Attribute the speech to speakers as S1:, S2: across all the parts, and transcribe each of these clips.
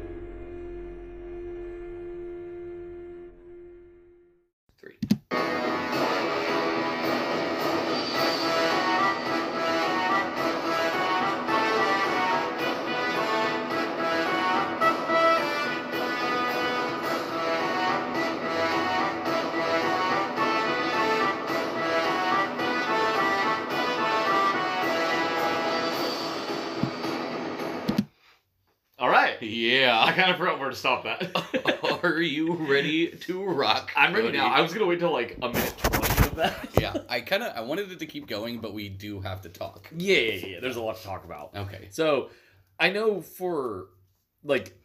S1: Yeah.
S2: I kind of forgot where to stop that.
S1: Are you ready to rock?
S2: I'm ready
S1: Cody?
S2: now. I was gonna wait till like a minute twenty of that.
S1: yeah, I kind of I wanted it to keep going, but we do have to talk.
S2: Yeah, yeah, yeah. There's a lot to talk about.
S1: Okay.
S2: So I know for like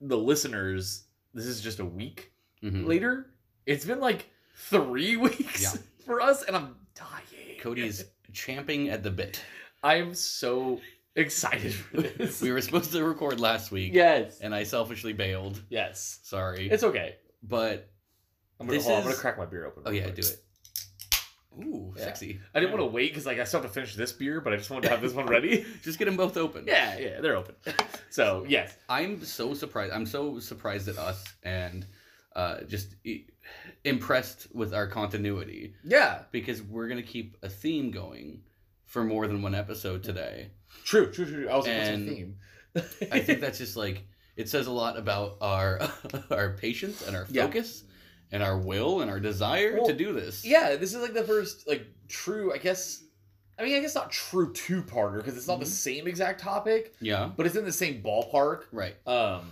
S2: the listeners, this is just a week
S1: Mhm.
S2: later. It's been like three weeks
S1: Yeah.
S2: for us, and I'm dying.
S1: Cody is champing at the bit.
S2: I'm so excited for this.
S1: We were supposed to record last week,
S2: yes.
S1: and I selfishly bailed.
S2: Yes.
S1: Sorry,
S2: It's okay.
S1: but
S2: I'm gonna,
S1: This
S2: hold on, I'm
S1: is-
S2: gonna crack my beer open.
S1: oh
S2: real
S1: yeah,
S2: quick.
S1: do it. Ooh,
S2: Yeah.
S1: sexy.
S2: I didn't want to wait because like I still have to finish this beer, but I just wanted to have this one ready.
S1: Just get them both open.
S2: yeah, yeah, they're open. So yes,
S1: I'm so surprised. I'm so surprised at us and uh, just i- impressed with our continuity
S2: yeah,
S1: because we're gonna keep a theme going for more than one episode today.
S2: true, true, true. true. I was what's the
S1: And
S2: theme.
S1: I think that's just like it says a lot about our our patience and our
S2: Yeah.
S1: focus and our will and our desire
S2: Well,
S1: to do this.
S2: yeah, this is like the first like true. I guess. I mean, I guess not true two parter because it's not the
S1: Mhm.
S2: same exact topic,
S1: Yeah.
S2: but it's in the same ballpark
S1: Right.
S2: um,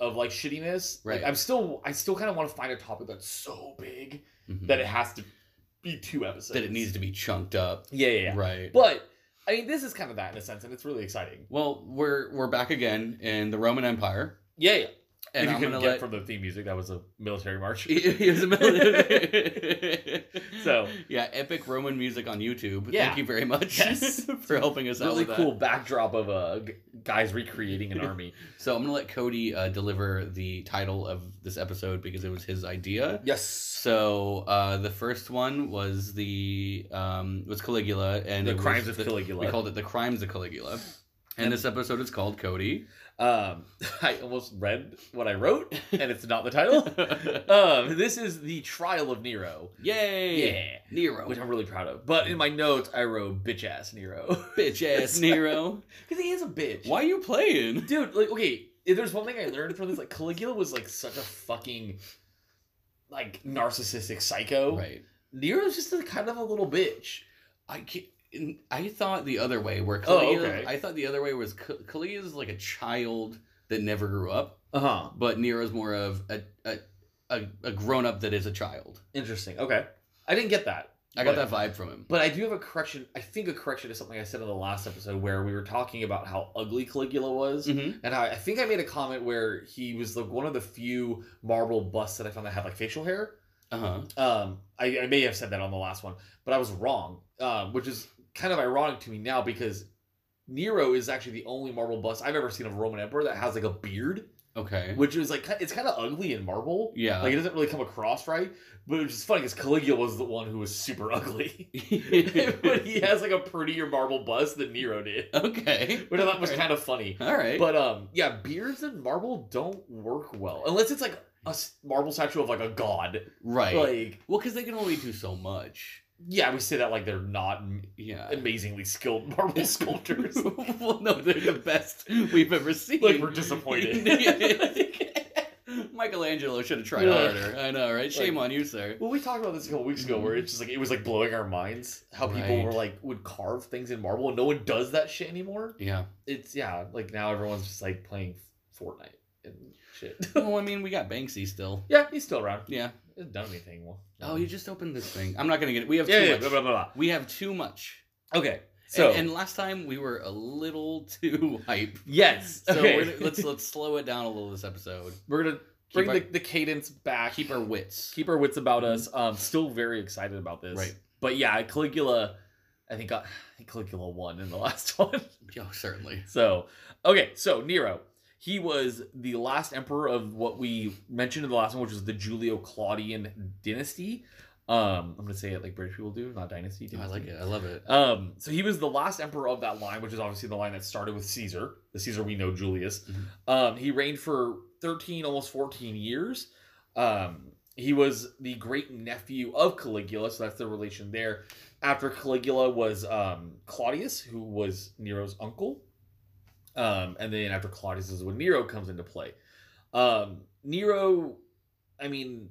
S2: of like shittiness. Like,
S1: Right.
S2: I'm still, I still kind of want to find a topic that's so big
S1: Mhm.
S2: that it has to be two episodes.
S1: That it needs to be chunked up.
S2: Yeah, yeah, yeah.
S1: Right.
S2: But I mean, this is kind of that in a sense, and it's really exciting.
S1: well, we're we're back again in the Roman Empire,
S2: Yeah, yeah.
S1: and
S2: if you
S1: I'm
S2: can
S1: gonna
S2: get
S1: let
S2: from the theme music, that was a military march.
S1: He was a military.
S2: So-
S1: yeah, epic Roman music on YouTube.
S2: Yeah.
S1: Thank you very much
S2: Yes.
S1: for helping us out.
S2: really
S1: With that.
S2: cool backdrop of uh, g- guys recreating an army.
S1: So I'm gonna let Cody uh, deliver the title of this episode because it was his idea.
S2: yes.
S1: So uh, the first one was the um, was Caligula and
S2: the
S1: it was
S2: crimes of
S1: the-
S2: Caligula.
S1: We called it the crimes of Caligula. And this episode is called Cody.
S2: Um, I almost read what I wrote, and it's not the title. um, this is the trial of Nero.
S1: Yay!
S2: Yeah,
S1: Nero,
S2: which I'm really proud of. But in my notes, I wrote bitch ass Nero
S1: bitch ass Nero.
S2: because he is a bitch.
S1: Why you playing?
S2: dude? Like, okay, if there's one thing I learned from this, like Caligula was like such a fucking like narcissistic psycho.
S1: Right.
S2: Nero's just a kind of a little bitch.
S1: I can't. I thought the other way where
S2: Oh,
S1: Kalia.
S2: okay.
S1: I thought the other way was Ka- Kalia is like a child that never grew up,
S2: Uh huh.
S1: but Nero's more of a a, a, a grown up that is a child.
S2: Interesting. Okay, I didn't get that.
S1: I got
S2: But-
S1: that vibe from him.
S2: But I do have a correction. I think a correction to something I said in the last episode where we were talking about how ugly Caligula was.
S1: Mhm.
S2: And I, I think I made a comment where he was like one of the few marble busts that I found that had like facial hair.
S1: Uh huh.
S2: Um, I, I may have said that on the last one, but I was wrong, um, which is kind of ironic to me now because Nero is actually the only marble bust I've ever seen of a Roman emperor that has like a beard,
S1: Okay.
S2: which is like ki- it's kind of ugly in marble.
S1: Yeah.
S2: Like it doesn't really come across right, but which is funny because Caligula was the one who was super ugly. but he has like a prettier marble bust than Nero did,
S1: okay.
S2: which I thought was kind of funny.
S1: All right.
S2: But um, yeah, beards and marble don't work well unless it's like a s- marble statue of like a god.
S1: right.
S2: Like
S1: well, because they can only do so much.
S2: yeah, we say that like they're not am-
S1: Yeah.
S2: amazingly skilled marble sculptors.
S1: well, no, they're the best we've ever seen.
S2: like we're disappointed.
S1: Michelangelo should have tried
S2: Yeah.
S1: harder. I know, right? Shame
S2: Like-
S1: on you, sir.
S2: well, we talked about this a couple weeks ago, where it's just like it was like blowing our minds how people
S1: Right.
S2: were like would carve things in marble, and no one does that shit anymore.
S1: Yeah.
S2: It's yeah, like now everyone's just like playing Fortnite and shit.
S1: Well, I mean, we got Banksy still.
S2: yeah, he's still around.
S1: Yeah.
S2: He hasn't done anything. Well,
S1: Oh, you just opened this thing. I'm not gonna get it. We have
S2: yeah,
S1: too
S2: yeah,
S1: much.
S2: blah, blah, blah, blah.
S1: We have too much.
S2: Okay, so
S1: and, and last time we were a little too hype.
S2: yes,
S1: So
S2: okay.
S1: we're, gonna- let's let's slow it down a little this episode.
S2: we're gonna
S1: Keep
S2: bring
S1: our,
S2: the, the cadence back.
S1: keep our wits.
S2: keep our wits about us. Um, still very excited about this.
S1: Mm-hmm. Right.
S2: But yeah, Caligula, I think, got, I think Caligula won in the last one.
S1: oh, certainly.
S2: so, okay, so Nero, he was the last emperor of what we mentioned in the last one, which was the Julio Claudian dynasty. Um, I'm gonna say it like British people do, not dynasty.
S1: I
S2: dynasty.
S1: like it. I love it.
S2: Um, so he was the last emperor of that line, which is obviously the line that started with Caesar, the Caesar we know Julius.
S1: Mhm.
S2: Um, he reigned for 13, almost 14 years. Um, he was the great nephew of Caligula, so that's the relation there. After Caligula was um, Claudius, who was Nero's uncle. Um, and then after Claudius is when Nero comes into play. Um, Nero, I mean,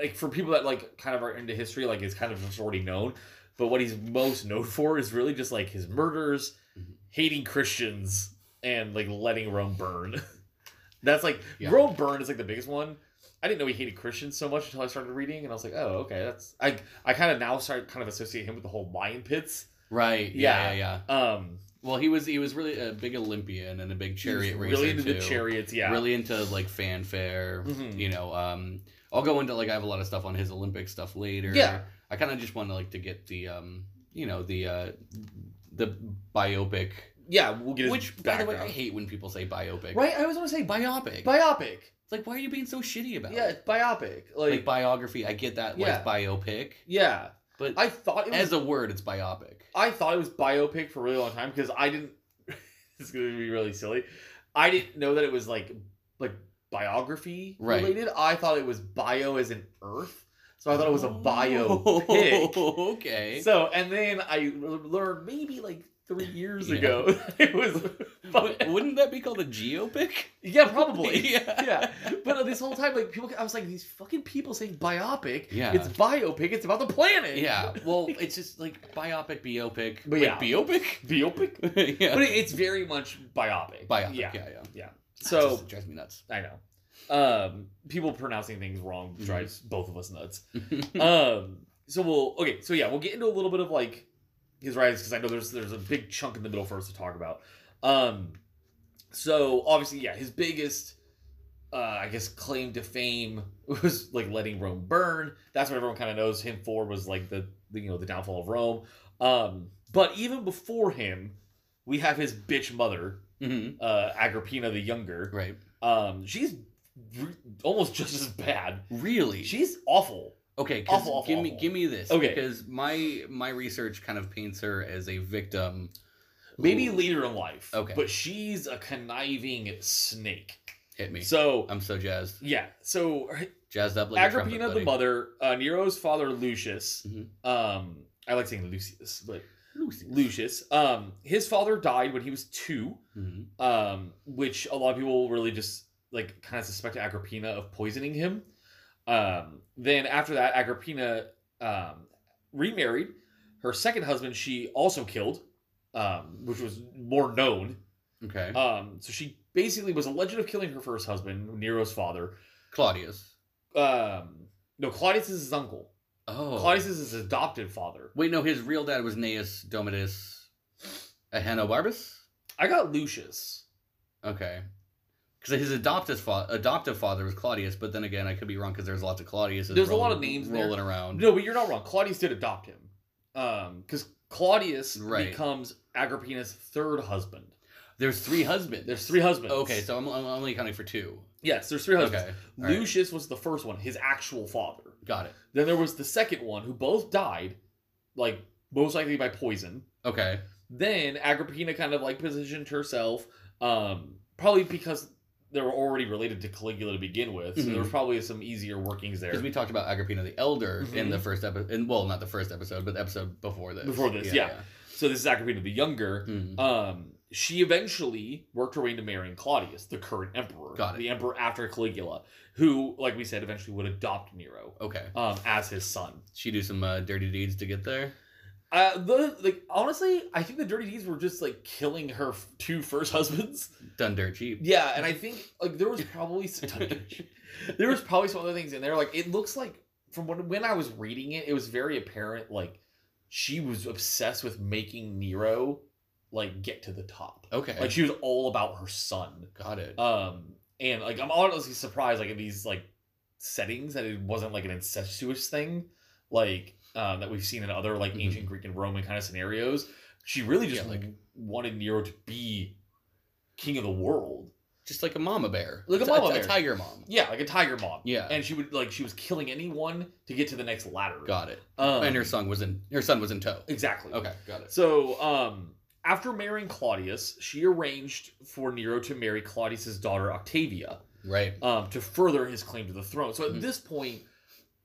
S2: like for people that like kind of are into history, like it's kind of just already known. But what he's most known for is really just like his murders,
S1: Mhm.
S2: hating Christians, and like letting Rome burn. That's like
S1: Yeah.
S2: Rome burn is like the biggest one. I didn't know he hated Christians so much until I started reading, and I was like, oh, okay, that's I. I kind of now start kind of associate him with the whole lion pits.
S1: Right. Yeah. Yeah. yeah.
S2: Um,
S1: Well, he was he was really a big Olympian and a big
S2: he was
S1: chariot racer
S2: really into
S1: too.
S2: the chariots, yeah.
S1: Really into like fanfare.
S2: Mhm.
S1: You know, um, I'll go into like I have a lot of stuff on his Olympic stuff later.
S2: Yeah.
S1: I kind of just want to like to get the um, you know, the uh, the biopic.
S2: yeah, we'll get his
S1: Which, by the
S2: background.
S1: way, I hate when people say biopic.
S2: right? I always want to say bi-
S1: Biopic.
S2: biopic.
S1: it's like, why are you being so shitty about
S2: Yeah,
S1: it?
S2: it's biopic. Like,
S1: Like, biography, I get that.
S2: Yeah.
S1: Like biopic,
S2: yeah,
S1: but
S2: I thought it was
S1: as a word, it's biopic.
S2: I thought it was biopic for a really long time because I didn't. it's going to be really silly. I didn't know that it was like like biography
S1: Right.
S2: related. I thought it was bio as in Earth, so I thought it was a biopic.
S1: Oh, okay.
S2: So and then I learned maybe like three years
S1: Yeah.
S2: ago it was.
S1: W- Wouldn't that be called a geopic?
S2: yeah, probably.
S1: yeah.
S2: yeah, but this whole time, like people, I was like, these fucking people saying biopic.
S1: Yeah.
S2: it's biopic. It's about the planet.
S1: Yeah. Well, it's just like biopic, biopic,
S2: But
S1: Wait,
S2: yeah.
S1: biopic.
S2: biopic.
S1: yeah.
S2: But it, it's very much biopic.
S1: biopic. Yeah. Yeah.
S2: So
S1: Just drives me nuts.
S2: I know. Um, people pronouncing things wrong drives both of us nuts. um, so we'll okay. So yeah, we'll get into a little bit of like his rise because I know there's there's a big chunk in the middle for us to talk about. Um, so obviously, yeah, his biggest, uh, I guess, claim to fame was like letting Rome burn. That's what everyone kind of knows him for was like the, the you know the downfall of Rome. Um, but even before him, we have his bitch mother,
S1: Mhm.
S2: uh, Agrippina the Younger.
S1: Right.
S2: Um, she's r- almost just as bad.
S1: Really?
S2: She's awful.
S1: okay. 'cause
S2: Awful, awful,
S1: give me
S2: awful.
S1: give me this.
S2: Okay.
S1: Because my my research kind of paints her as a victim.
S2: Maybe
S1: Ooh,
S2: later in life.
S1: Okay.
S2: But she's a conniving snake.
S1: hit me.
S2: So
S1: I'm so jazzed,
S2: yeah. So
S1: jazzed up like
S2: Agrippina
S1: a trumpet, buddy.
S2: the mother, uh, Nero's father Lucius.
S1: Mhm.
S2: Um, I like saying Lucius, but
S1: Lucy.
S2: Lucius. Um, his father died when he was two.
S1: Mhm.
S2: um, which a lot of people really just like kind of suspect Agrippina of poisoning him. Um, then after that, Agrippina um, remarried. Her second husband she also killed, um, which was more known.
S1: Okay.
S2: Um, so she basically was alleged of killing her first husband, Nero's father.
S1: Claudius.
S2: Um, no, Claudius is his uncle.
S1: Oh.
S2: Claudius is his adopted father.
S1: Wait, no. His real dad was Gnaeus Domitius Ahenobarbus.
S2: I got Lucius.
S1: Okay. Because his adoptive fa- adoptive father was Claudius, but then again, I could be wrong because there's lots of Claudiuses.
S2: There's a
S1: rolling-
S2: lot of names there.
S1: rolling around.
S2: No, but you're not wrong. Claudius did adopt him. Um, because Claudius
S1: Right.
S2: becomes Agrippina's third husband.
S1: There's three husbands.
S2: There's three husbands.
S1: Okay, so I'm, I'm only accounting for two.
S2: yes, there's three husbands.
S1: Okay, all right.
S2: Lucius was the first one, his actual father.
S1: got it.
S2: Then there was the second one, who both died, like most likely by poison.
S1: Okay,
S2: Then Agrippina kind of like positioned herself, um, probably because they were already related to Caligula to begin with. So
S1: Mhm.
S2: there was probably some easier workings there.
S1: because we talked about Agrippina the Elder in
S2: Mhm.
S1: the first episode, and well, not the first episode, but the episode before this.
S2: Before this, So this is Agrippina the younger.
S1: yeah. Mm.
S2: Um, she eventually worked her way into marrying Claudius, the current emperor,
S1: Got it.
S2: the emperor after Caligula, who, like we said, eventually would adopt Nero
S1: Okay,
S2: um, as his son.
S1: she do some uh, dirty deeds to get there.
S2: Uh, the like honestly, I think the dirty deeds were just like killing her f- two first husbands.
S1: Done dirt cheap.
S2: Yeah, and I think like there was probably some, there was probably some other things in there. Like it looks like from when when I was reading it, it was very apparent like she was obsessed with making Nero like get to the top.
S1: Okay,
S2: Like she was all about her son.
S1: got it.
S2: Um, and like I'm honestly surprised, like in these like settings, that it wasn't like an incestuous thing, like um, that we've seen in other like
S1: Mhm.
S2: ancient Greek and Roman kind of scenarios. She really just
S1: Yeah, like-
S2: like wanted Nero to be king of the world.
S1: Just like a mama bear,
S2: Like a
S1: T-
S2: mama
S1: t-
S2: bear.
S1: tiger mom.
S2: Yeah, like a tiger mom.
S1: Yeah,
S2: And she would like she was killing anyone to get to the next ladder.
S1: got it.
S2: Um,
S1: and her son was in her son was in tow.
S2: exactly.
S1: Okay, got it.
S2: So, um, after marrying Claudius, she arranged for Nero to marry Claudius's daughter Octavia.
S1: Right.
S2: um, to further his claim to the throne. So at
S1: Mhm.
S2: this point,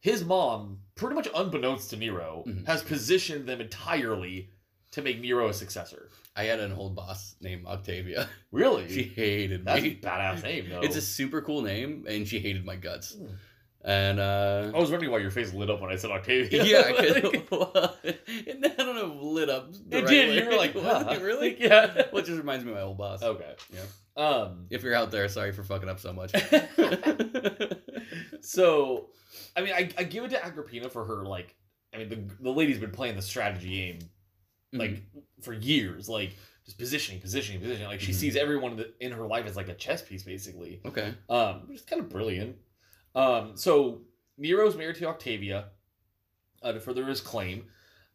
S2: his mom, pretty much unbeknownst to Nero,
S1: Mhm.
S2: has positioned them entirely to make Nero a successor.
S1: I had an old boss named Octavia.
S2: Really?
S1: She hated
S2: That's a
S1: me.
S2: badass name, though.
S1: It's a super cool name, and she hated my guts.
S2: Mm.
S1: And uh,
S2: I was wondering why your face lit up when I said Octavia.
S1: yeah,
S2: Like,
S1: 'cause- well, I don't know, if lit up. the
S2: it
S1: right
S2: did.
S1: way.
S2: You were like,
S1: Was
S2: huh. Oh.
S1: it really?
S2: yeah.
S1: Which just reminds me of my old boss.
S2: Okay.
S1: Yeah.
S2: Um.
S1: If you're out there, sorry for fucking up so much.
S2: so, I mean, I, I give it to Agrippina for her. Like, I mean, the the lady's been playing the strategy game like for years. Like, just positioning, positioning, positioning. Like, she
S1: Mhm.
S2: sees everyone that- in her life as like a chess piece, basically.
S1: okay.
S2: Um, which is kind of brilliant. Um, so Nero's married to Octavia uh, to further his claim.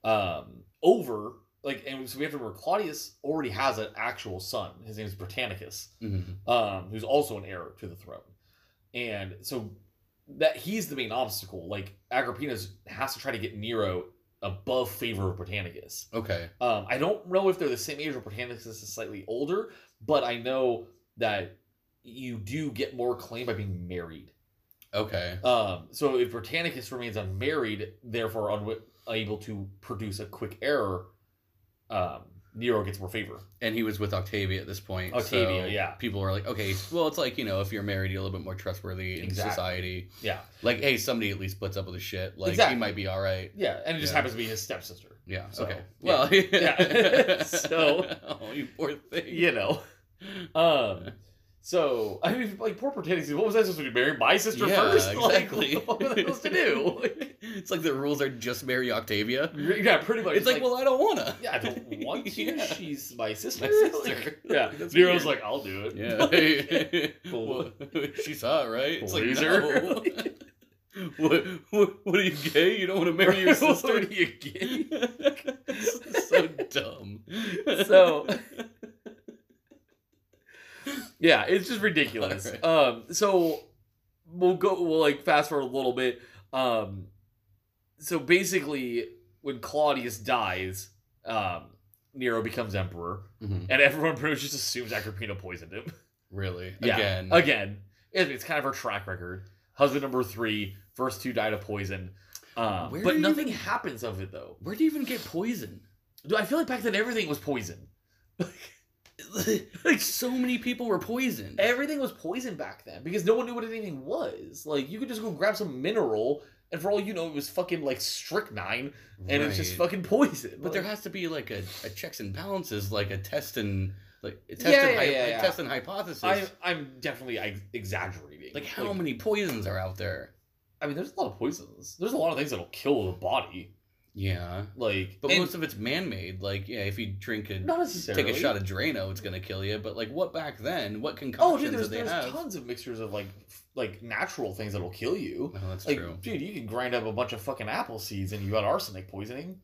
S2: Um, over like, and so we have to remember Claudius already has an actual son. His name is Britannicus
S1: Mhm.
S2: um, who's also an heir to the throne. And so that he's the main obstacle. Like Agrippina's has to try to get Nero above favor of Britannicus.
S1: Okay.
S2: Um, I don't know if they're the same age or Britannicus is slightly older, but I know that you do get more claim by being married.
S1: Okay.
S2: Um, so if Britannicus remains unmarried, therefore unwi- unable to produce a quick heir, um, Nero gets more favor.
S1: and he was with Octavia at this point.
S2: Octavia,
S1: so
S2: yeah.
S1: People are like, okay, well, it's like you know, if you're married, you're a little bit more trustworthy in
S2: Exactly.
S1: society.
S2: Yeah.
S1: Like, hey, somebody at least puts up with his shit. Like,
S2: Exactly.
S1: he might be all right.
S2: Yeah, and it just
S1: Yeah.
S2: happens to be his stepsister.
S1: Yeah.
S2: So,
S1: okay.
S2: yeah.
S1: Well.
S2: Yeah. So-
S1: oh, you poor thing.
S2: you know. Um, so I mean, like poor Britannia. What was I supposed to do? Marry my sister
S1: Yeah,
S2: first?
S1: exactly.
S2: Like, what was I supposed to do?
S1: It's like the rules are just marry Octavia.
S2: yeah, pretty much.
S1: It's like, well, I don't wanna.
S2: yeah, I don't want to.
S1: Yeah.
S2: She's my sister.
S1: My sister.
S2: Like, yeah,
S1: That's weird.
S2: Nero's like, I'll do it.
S1: Yeah. Well,
S2: Cool.
S1: she's hot, right?
S2: Loser.
S1: no. what, what? What are you gay? You don't want to marry your sister?
S2: What do you get?
S1: so dumb.
S2: So- Yeah, it's just ridiculous.
S1: Alright.
S2: Um, so we'll go. We'll like fast forward a little bit. Um, so basically, when Claudius dies, um, Nero becomes emperor,
S1: Mhm.
S2: and everyone pretty much just assumes Agrippina poisoned him.
S1: really,
S2: Yeah.
S1: again,
S2: Again, it- it's kind of her track record. Husband number three, first two died of poison. Um,
S1: Where
S2: but
S1: do you
S2: nothing
S1: even-
S2: happens of it though.
S1: where do you even get poison?
S2: Dude, I feel like back then everything was poison.
S1: like so many people were poisoned.
S2: Everything was poison back then because no one knew what anything was. Like you could just go grab some mineral, and for all you know, it was fucking like strychnine, and it's just
S1: Right.
S2: fucking poison.
S1: But there
S2: Like,
S1: has to be like a, a checks and balances, like a test and like a test
S2: Yeah,
S1: and
S2: yeah,
S1: hy-
S2: yeah,
S1: a
S2: yeah.
S1: test and hypothesis.
S2: I'm I'm definitely ex- exaggerating.
S1: like how many poisons are out there?
S2: I mean, there's a lot of poisons. There's a lot of things that'll kill the body.
S1: Yeah,
S2: Like,
S1: but
S2: and
S1: most of it's man-made. Like yeah, if you drink a
S2: not necessarily
S1: take a shot of Drano, it's gonna kill you. But like what back then? What
S2: Oh,
S1: concoctions
S2: dude, there's,
S1: did they
S2: there's
S1: have?
S2: tons of mixtures of like f- like natural things that'll kill you.
S1: Oh, that's
S2: like,
S1: true.
S2: dude, you can grind up a bunch of fucking apple seeds and you got arsenic poisoning.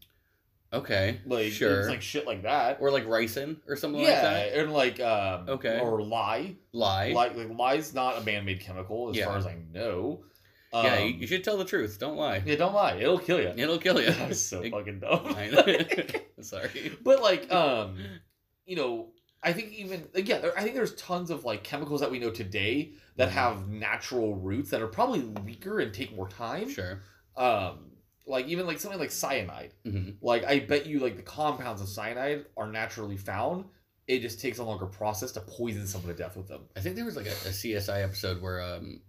S1: Okay,
S2: Like,
S1: sure.
S2: it's like shit like that.
S1: or like ricin or something
S2: yeah,
S1: like that.
S2: and like um,
S1: Okay.
S2: or lye.
S1: Lie.
S2: Like, like lie's not a man-made chemical as
S1: Yeah.
S2: far as I know.
S1: yeah,
S2: Um,
S1: you, you should tell the truth. Don't lie.
S2: Yeah, don't lie. It'll kill you.
S1: It'll kill you.
S2: That was so
S1: It-
S2: fucking dumb.
S1: I know. Sorry.
S2: but like, um, you know, I think even like, yeah, there, I think there's tons of like chemicals that we know today that
S1: Mhm.
S2: have natural roots that are probably weaker and take more time.
S1: Sure.
S2: um like even like something like cyanide
S1: hmm
S2: like i bet you like the compounds of cyanide are naturally found it just takes a longer process to poison someone to death with them
S1: I think there was like a, a CSI episode where um,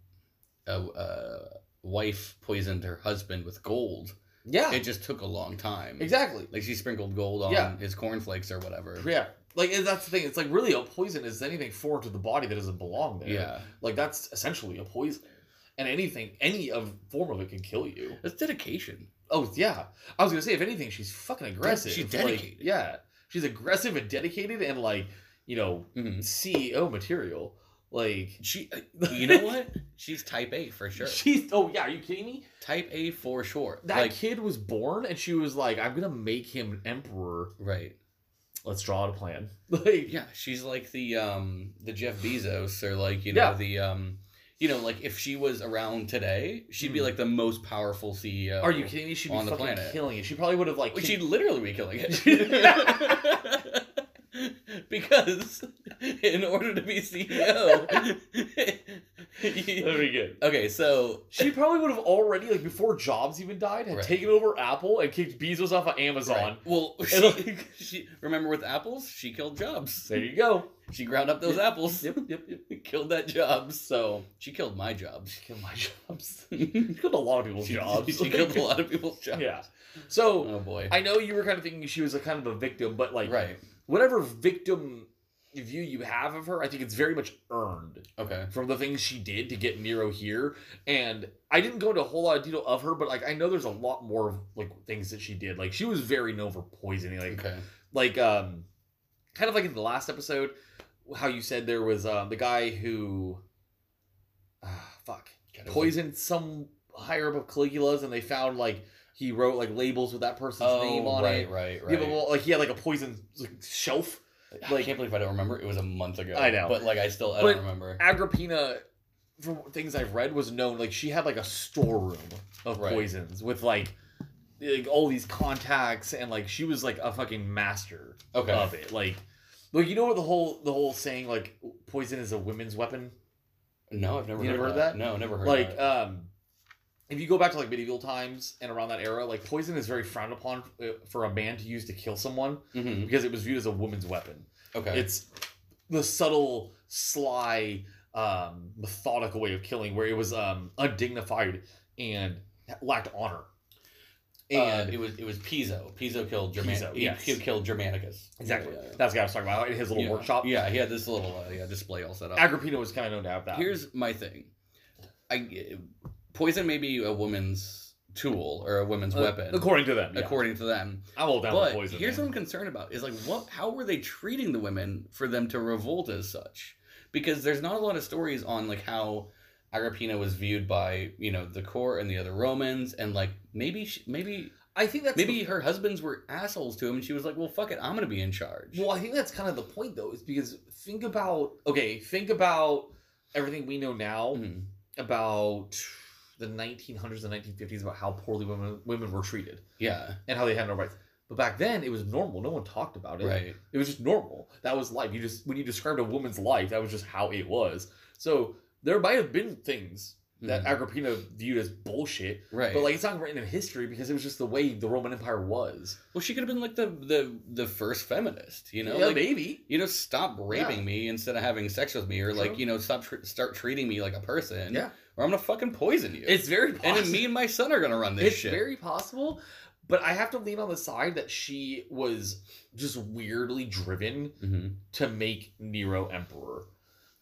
S1: a, a wife poisoned her husband with gold.
S2: yeah
S1: It just took a long time.
S2: exactly
S1: Like she sprinkled gold on
S2: Yeah.
S1: his cornflakes or whatever.
S2: yeah like and that's the thing it's like really a poison is anything foreign to the body that doesn't belong there
S1: Yeah.
S2: like that's essentially a poison and anything any of form of it can kill you
S1: That's dedication.
S2: oh yeah i was gonna say if anything she's fucking aggressive
S1: she's
S2: Like,
S1: dedicated.
S2: yeah she's aggressive and dedicated and like you know
S1: Mhm.
S2: ceo material like
S1: She, uh, you know what? She's type A for sure.
S2: She's oh yeah, are you kidding me?
S1: Type A for sure.
S2: That
S1: like
S2: kid was born and she was like, I'm gonna make him emperor.
S1: right.
S2: Let's draw out a plan. Like
S1: Yeah, she's like the um the Jeff Bezos or like you know
S2: Yeah.
S1: the um you know like if she was around today, she'd be
S2: Mhm.
S1: like the most powerful CEO.
S2: Are you kidding me? She'd be
S1: On the
S2: fucking
S1: planet.
S2: killing it. She probably would have like
S1: Well,
S2: kicked-
S1: she'd literally be killing it. E because in order to be CEO,
S2: That'd be good.
S1: okay, so
S2: She probably would have already, like before Jobs even died, had
S1: Right.
S2: taken over Apple and kicked Bezos off of Amazon.
S1: Right. Well,
S2: And,
S1: she,
S2: like-
S1: she remember with apples, she killed Jobs.
S2: There you go.
S1: She ground up those
S2: Yep.
S1: apples,
S2: Yep, yep, yep.
S1: killed that job. So she killed my jobs.
S2: She killed my jobs.
S1: she,
S2: She killed a lot of people's jobs.
S1: She killed a lot of people's jobs.
S2: Yeah. So
S1: Oh boy.
S2: I know you were kind of thinking she was a kind of a victim, but like
S1: right.
S2: whatever victim view you have of her, I think it's very much earned.
S1: Okay.
S2: from the things she did to get Nero here. And I didn't go into a whole lot of detail of her, but like I know there's a lot more of, like things that she did. Like she was very known for poisoning, like
S1: Okay.
S2: like um, kind of like in the last episode, how you said there was um the guy who, ah fuck,
S1: God, it was
S2: poisoned some higher up of Caligula's, and they found like he wrote like labels with that person's
S1: Like, oh,
S2: name on
S1: right,
S2: it.
S1: right, right.
S2: Yeah, but well, like he had like a poison like, shelf.
S1: I
S2: like-
S1: can't believe I don't remember. It was a month ago.
S2: I know.
S1: But like, I still I
S2: But-
S1: don't remember.
S2: Agrippina, from things I've read, was known like she had like a storeroom of
S1: Right.
S2: poisons with like like all these contacts and like she was like a fucking master
S1: Okay.
S2: of it. Like, like you know what the whole the whole saying like poison is a women's weapon.
S1: no, I've never
S2: You
S1: heard,
S2: never
S1: of
S2: heard that?
S1: No, never heard.
S2: like,
S1: of that.
S2: um, if you go back to like medieval times and around that era, like poison is very frowned upon uh, for a man to use to kill someone
S1: Mhm.
S2: because it was viewed as a woman's weapon.
S1: Okay.
S2: uh, mm-hmm. It's the subtle, sly, um, methodical way of killing where it was um, undignified and lacked honor.
S1: and
S2: And
S1: Uh, it was it was Piso. Piso killed German.
S2: Piso,
S1: he-
S2: yes.
S1: He killed Germanicus.
S2: exactly,
S1: Yeah, yeah, yeah.
S2: that's what I was talking about. His little
S1: yeah.
S2: workshop.
S1: Yeah, he had this little uh, yeah display all set up.
S2: Agrippina was kind of known to have that.
S1: Here's my thing. I poison may be a woman's tool or a woman's
S2: Uh,
S1: weapon,
S2: according to them. yeah.
S1: according to them.
S2: I'm all down
S1: but
S2: with poison.
S1: here's
S2: man.
S1: what I'm concerned about: is like what? How were they treating the women for them to revolt as such? Because there's not a lot of stories on like how Agrippina was viewed by you know the court and the other Romans, and like maybe she, maybe
S2: I think that's
S1: maybe her husbands were assholes to him, and she was like, well, fuck it, I'm gonna be in charge.
S2: The, well, I think that's kind of the point though, is because think about okay, think about everything we know now
S1: Mhm.
S2: Mm-hmm. about the 1900s and 1950s about how poorly women women were treated.
S1: Yeah,
S2: and how they had no rights. But back then, it was normal. No one talked about it.
S1: right.
S2: It was just normal. That was life. You just when you described a woman's life, that was just how it was. So there might have been things that
S1: Mhm.
S2: Agrippina viewed as bullshit,
S1: right.
S2: but like it's not written in history because it was just the way the Roman Empire was.
S1: well, she could have been like the the the first feminist, you know?
S2: yeah,
S1: like,
S2: maybe.
S1: you know, stop raping me instead of having sex with me, or like
S2: True.
S1: you know, stop tr- start treating me like a person.
S2: Yeah.
S1: or I'm gonna fucking poison you.
S2: It's very possible.
S1: and then me and my son are gonna run this
S2: it's
S1: shit.
S2: very possible. But I have to lean on the side that she was just weirdly driven
S1: Mhm.
S2: to make Nero emperor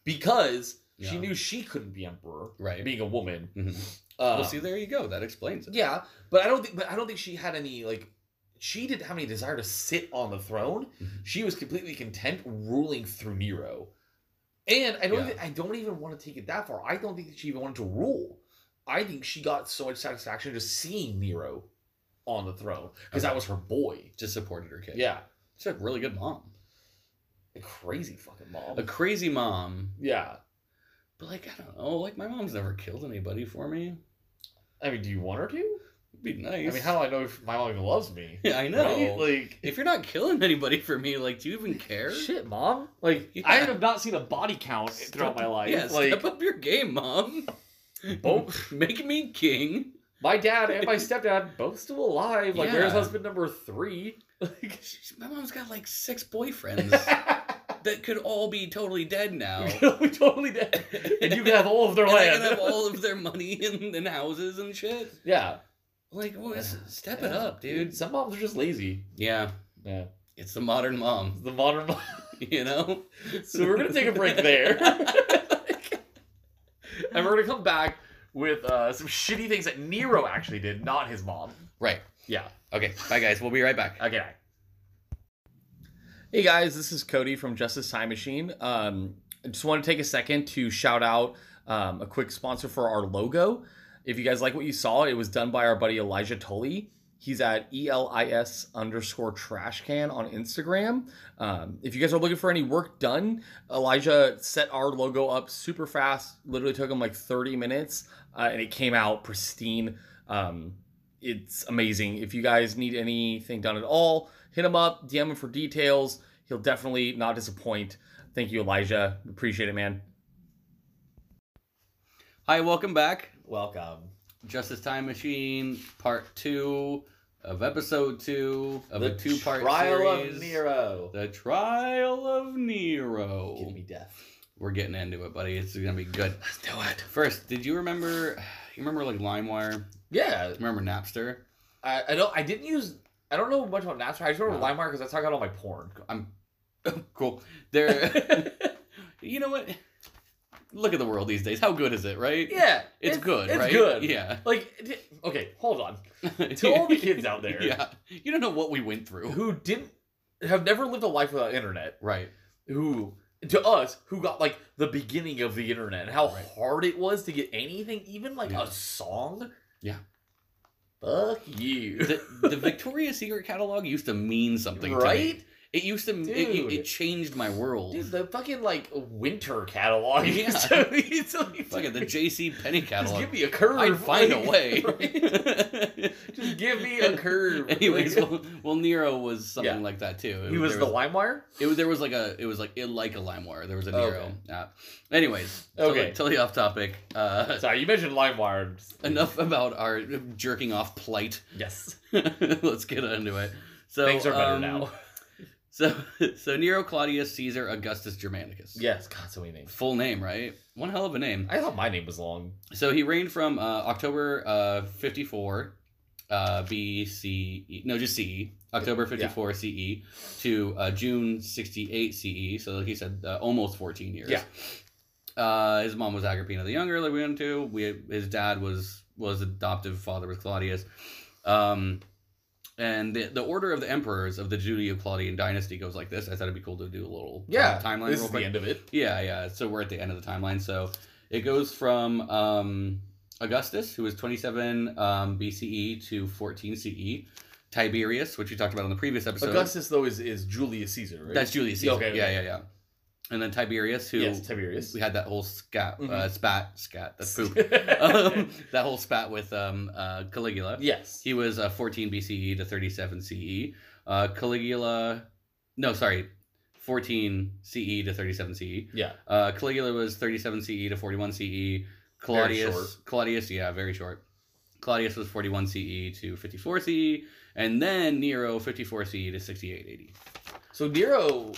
S2: because she
S1: Yeah.
S2: knew she couldn't be emperor.
S1: Right.
S2: being a woman.
S1: Mhm.
S2: Uh,
S1: well, see, there you go. That explains it.
S2: yeah, but I don't think. But I don't think she had any like. She didn't have any desire to sit on the throne.
S1: Mhm.
S2: She was completely content ruling through Nero, and I don't.
S1: Yeah.
S2: Even, I don't even want to take it that far. I don't think that she even wanted to rule. I think she got so much satisfaction just seeing Nero on the throne because that
S1: Okay.
S2: was her boy.
S1: Just supported her kid.
S2: Yeah,
S1: she's a really good mom.
S2: a crazy fucking mom.
S1: A crazy mom,
S2: yeah,
S1: but like I don't know. Like my mom's never killed anybody for me.
S2: I mean, do you want her to?
S1: It'd be
S2: I
S1: nice.
S2: mean, how do I know if my mom even loves me?
S1: Yeah, I know.
S2: Right? Like,
S1: if you're not killing anybody for me, like, do you even care?
S2: Shit, mom. Like
S1: Yeah.
S2: I have not seen a body count
S1: Step-
S2: throughout my life.
S1: Yeah,
S2: like Oh.
S1: step up your game, mom.
S2: Both-
S1: make me king.
S2: my dad and my stepdad both still alive. Like
S1: Yeah.
S2: there's husband number three. Like
S1: She's- My mom's got like six boyfriends
S2: we
S1: that could all be totally dead now.
S2: totally did. And
S1: and
S2: you can have all of their
S1: I
S2: land.
S1: can have all of their money and, and houses and shit.
S2: yeah.
S1: Like, well, it's- step it
S2: Yeah.
S1: up, dude.
S2: Some moms are just lazy.
S1: Yeah,
S2: Yeah.
S1: it's the modern mom,
S2: The modern mom.
S1: you know?
S2: So we're gonna take a break there. and we're gonna come back with uh, some shitty things that Nero actually did, not his mom.
S1: Right.
S2: Yeah.
S1: Okay, bye guys. We'll be right back.
S2: Okay. Hey guys, this is Cody from Justice Time Machine. Um, I just want to take a second to shout out um, a quick sponsor for our logo. If you guys like what you saw, it was done by our buddy Elijah Tolley. He's at E ELIS underscore trash can on Instagram. Um, if you guys are looking for any work done, Elijah set our logo up super fast. Literally took him like 30 minutes uh, and it came out pristine. Um, it's amazing. If you guys need anything done at all, hit him up, DM him for details. He'll definitely not disappoint. Thank you, Elijah. Appreciate it, man.
S1: Hi, welcome back.
S2: Welcome.
S1: Justice Time Machine, part two of episode two of a two part
S2: trial
S1: series.
S2: of Nero.
S1: The Trial of Nero.
S2: Give me death.
S1: We're getting into it, buddy. It's gonna be good.
S2: Let's do it.
S1: First, did you remember? You remember like LimeWire?
S2: Yeah,
S1: Remember Napster?
S2: I, I don't. I didn't use. I don't know much about Napster. I just remember
S1: No.
S2: LimeWire because that's how I got all my porn.
S1: I'm cool. There. you know what? Look at the world these days. How good is it, right?
S2: yeah,
S1: It's, good,
S2: It's
S1: right?
S2: good.
S1: Yeah.
S2: Like, it- okay, hold on. To all the kids out there
S1: Yeah. You don't know what we went through.
S2: who didn't have never lived a life without internet,
S1: Right.
S2: who to us who got like the beginning of the internet and how
S1: Right.
S2: hard it was to get anything, even like
S1: Yeah.
S2: a song.
S1: Yeah.
S2: Fuck you.
S1: The, the Victoria's Secret catalog used to mean something to me.
S2: right?
S1: It used to. It, it,
S2: Dude.
S1: it changed my world.
S2: Dude, the fucking like winter catalog.
S1: Yeah.
S2: is so- it's like-
S1: Fuck it, the J.C. Penny
S2: Just
S1: catalog.
S2: give me a curve.
S1: I'd find a
S2: like,
S1: way.
S2: right? Just give me a curve.
S1: Anyways,
S2: Like,
S1: well, well, Nero was something
S2: Yeah.
S1: like that too. It-
S2: he was
S1: there
S2: the LimeWire.
S1: It was there was like a it was like it like a LimeWire. There was a Nero.
S2: Okay.
S1: app. Anyways, totally-
S2: Okay.
S1: totally off topic. Uh,
S2: Sorry, you mentioned LimeWire.
S1: enough about our jerking off plight.
S2: Yes,
S1: Let's get into it. So
S2: things are better
S1: um,
S2: now.
S1: So so Nero Claudius Caesar Augustus Germanicus.
S2: Yes, God, so many names.
S1: Full name, right? One hell of a name.
S2: I thought my name was long.
S1: So he reigned from uh, October uh, 54 uh, BCE, no, just CE, October
S2: Yeah.
S1: 54 CE to uh, June 68 CE. So, like he said, uh, almost 14 years.
S2: Yeah.
S1: Uh, his mom was Agrippina the Younger, like we went to. We, his dad was was adoptive father was Claudius. Um, and the, the order of the emperors of the Judeo Claudian dynasty goes like this. I thought it'd be cool to do a little uh,
S2: Yeah,
S1: timeline
S2: this
S1: real
S2: is
S1: quick.
S2: the end of it.
S1: Yeah, yeah. So we're at the end of the timeline. So it goes from um, Augustus, who was 27 um, BCE to 14 CE. Tiberius, which we talked about in the previous episode.
S2: Augustus though is is Julius Caesar, right?
S1: That's Julius Caesar.
S2: Okay, okay.
S1: Yeah, yeah, yeah. And then Tiberius, who
S2: yes, Tiberius.
S1: we had that whole scat, uh,
S2: Mhm.
S1: spat, scat, that's poop. um, that whole spat with um, uh, Caligula.
S2: yes,
S1: He was uh, 14 BCE to 37 CE. Uh, Caligula, no, sorry, 14 CE to 37 CE.
S2: yeah.
S1: Uh, Caligula was 37 CE to 41 CE. Claudius,
S2: short.
S1: Claudius, yeah, very short. Claudius was 41 CE to 54 CE, and then Nero 54 CE to 68
S2: So Nero,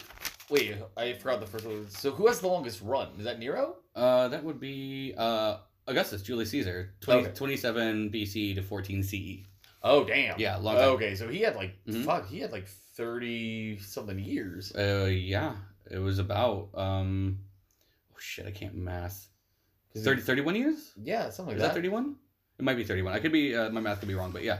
S2: wait, I forgot the first one. So who has the longest run? Is that Nero?
S1: AD. Uh, that would be uh, Augustus, Julius Caesar, 20,
S2: Okay.
S1: 27 BC E to 14 CE.
S2: Oh damn.
S1: Yeah, long time.
S2: Okay, so he had like
S1: Mhm.
S2: fuck, he had like thirty something years.
S1: Uh, yeah, it was about um, oh shit, I can't math. 30, 31 years?
S2: Yeah, something
S1: Is
S2: like
S1: that
S2: that.
S1: 31? It might be 31. I could be uh, my math could be wrong, but yeah.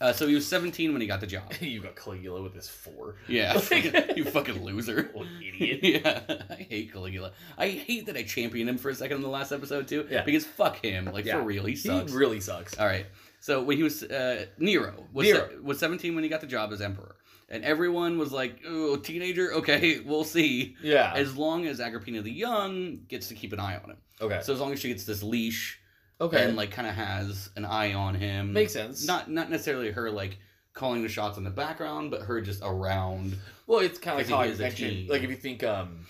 S1: Uh, so he was 17 when he got the job.
S2: you got Caligula with his four.
S1: Yeah, fucking- you fucking loser.
S2: Little idiot.
S1: yeah, I hate Caligula. I hate that I championed him for a second in the last episode too.
S2: Yeah.
S1: because fuck him. Like
S2: Yeah.
S1: for real, he
S2: he
S1: sucks. Uh,
S2: really sucks.
S1: All right. So when he was uh, Nero was
S2: Nero.
S1: se- was seventeen when he got the job as emperor, and everyone was like, "Oh, teenager, okay, we'll see."
S2: Yeah.
S1: As long as Agrippina the Young gets to keep an eye on him,
S2: okay.
S1: so as long as she gets this leash
S2: okay.
S1: and like kind of has an eye on him,
S2: Makes sense.
S1: not not necessarily her like calling the shots in the background, but her just around,
S2: well, it's kind of like
S1: Because
S2: how
S1: he
S2: I
S1: is a teen.
S2: mentioned. Like if you think um,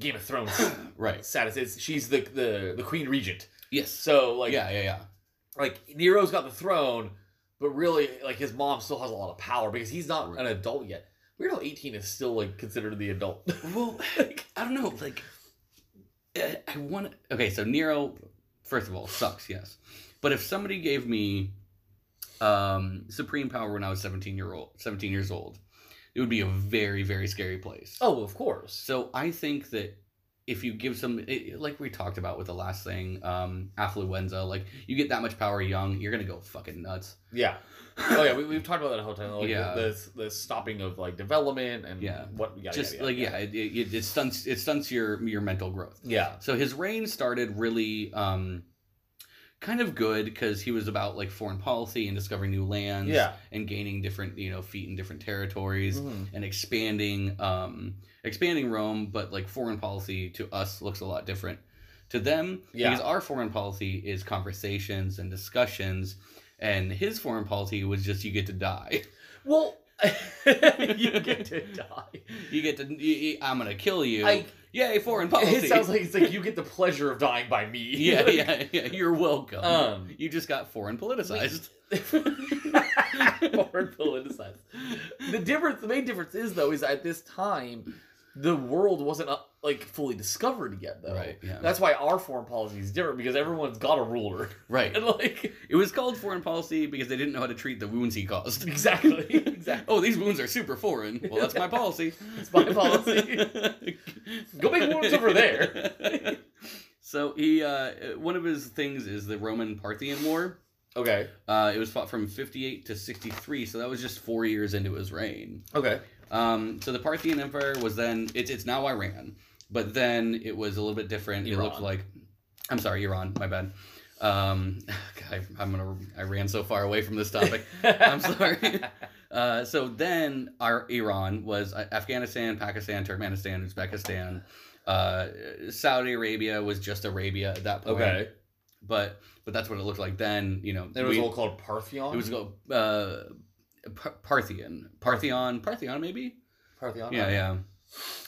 S2: Game of Thrones
S1: right?
S2: status, it's, she's the the the queen regent.
S1: Yes.
S2: So like
S1: yeah, yeah, yeah.
S2: like Nero's got the throne, but really like his mom still has a lot of power because he's not
S1: Right.
S2: an adult yet. Weird how eighteen is still like considered the adult.
S1: Well, I don't know. Like, eh, I want. Okay, so Nero, first of all, sucks. Yes, but if somebody gave me um, supreme power when I was seventeen year old, seventeen years old, it would be a very, very scary place.
S2: oh, of course.
S1: So I think that if you give some, it, like we talked about with the last thing, um, affluenza, like you get that much power young, you're gonna go fucking nuts.
S2: Yeah. Oh yeah, we, we've talked about that a whole time. Like,
S1: Yeah.
S2: The, the stopping of like development and
S1: Yeah.
S2: what yada,
S1: Just
S2: yada,
S1: like
S2: yada.
S1: yeah, it, it, it stunts it stunts your your mental growth.
S2: yeah
S1: So his reign started really um, kind of good because he was about like foreign policy and discovering new lands
S2: yeah
S1: and gaining different you know feet in different territories
S2: Mhm.
S1: and expanding um, expanding Rome. But like foreign policy to us looks a lot different to them
S2: Yeah.
S1: because our foreign policy is conversations and discussions. And his foreign policy was just you get to die.
S2: Well, you get to die.
S1: You get to. You, you- I'm gonna kill you.
S2: I
S1: Yay, foreign policy.
S2: It sounds like it's like you get the pleasure of dying by me.
S1: yeah, yeah, yeah. You're welcome.
S2: Um,
S1: you just got foreign politicized.
S2: foreign politicized. The difference, the main difference is though, is at this time, the world wasn't uh, like fully discovered yet though.
S1: Right. Yeah.
S2: That's why our foreign policy is different because everyone's got a ruler
S1: right.
S2: and like
S1: It was called foreign policy because they didn't know how to treat the wounds he caused.
S2: exactly, exactly.
S1: Oh, these wounds are super foreign. Well, that's my policy.
S2: It's my policy. Go make wounds over there.
S1: so he, uh, one of his things is the Roman Parthian War.
S2: okay.
S1: Uh, it was fought from 58 to 63, so that was just four years into his reign.
S2: Okay.
S1: Um, so the Parthian Empire was then it's it's now Iran, but then it was a little bit different. It looked
S2: Iran.
S1: like, I'm sorry, Iran, my bad. Um, God, I, I'm gonna I ran so far away from this topic. I'm sorry. Uh, so then our Iran was uh, Afghanistan, Pakistan, Turkmenistan, Uzbekistan. Uh, Saudi Arabia was just Arabia at that point.
S2: Okay.
S1: But but that's what it looked like then. You know,
S2: It was
S1: we-
S2: all called Parthenon.
S1: it was called, uh, Par- Parthian, Parthion, Parthion maybe.
S2: Parthenon.
S1: Yeah, yeah.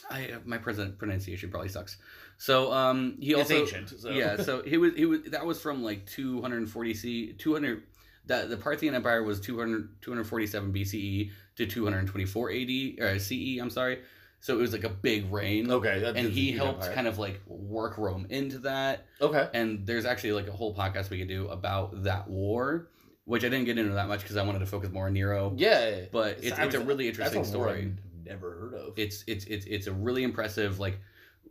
S1: I uh, my present pronunciation probably sucks. So um, he
S2: It's
S1: also
S2: ancient. So.
S1: yeah. So he was he was that was from like 240 C 200 that the Parthian Empire was 200, 247 BCE E to 224 AD or CE. I'm sorry. So it was like a big reign.
S2: Okay. that-
S1: And
S2: that's
S1: he
S2: a huge
S1: helped
S2: Oh, empire.
S1: kind of like work Rome into that.
S2: Okay.
S1: And there's actually like a whole podcast we could do about that war, which I didn't get into that much because I wanted to focus more on Nero.
S2: Yeah.
S1: But it's,
S2: I
S1: it's a
S2: was-
S1: really
S2: That's
S1: interesting
S2: a war I've
S1: story
S2: Never heard of.
S1: it's it's it's it's a really impressive like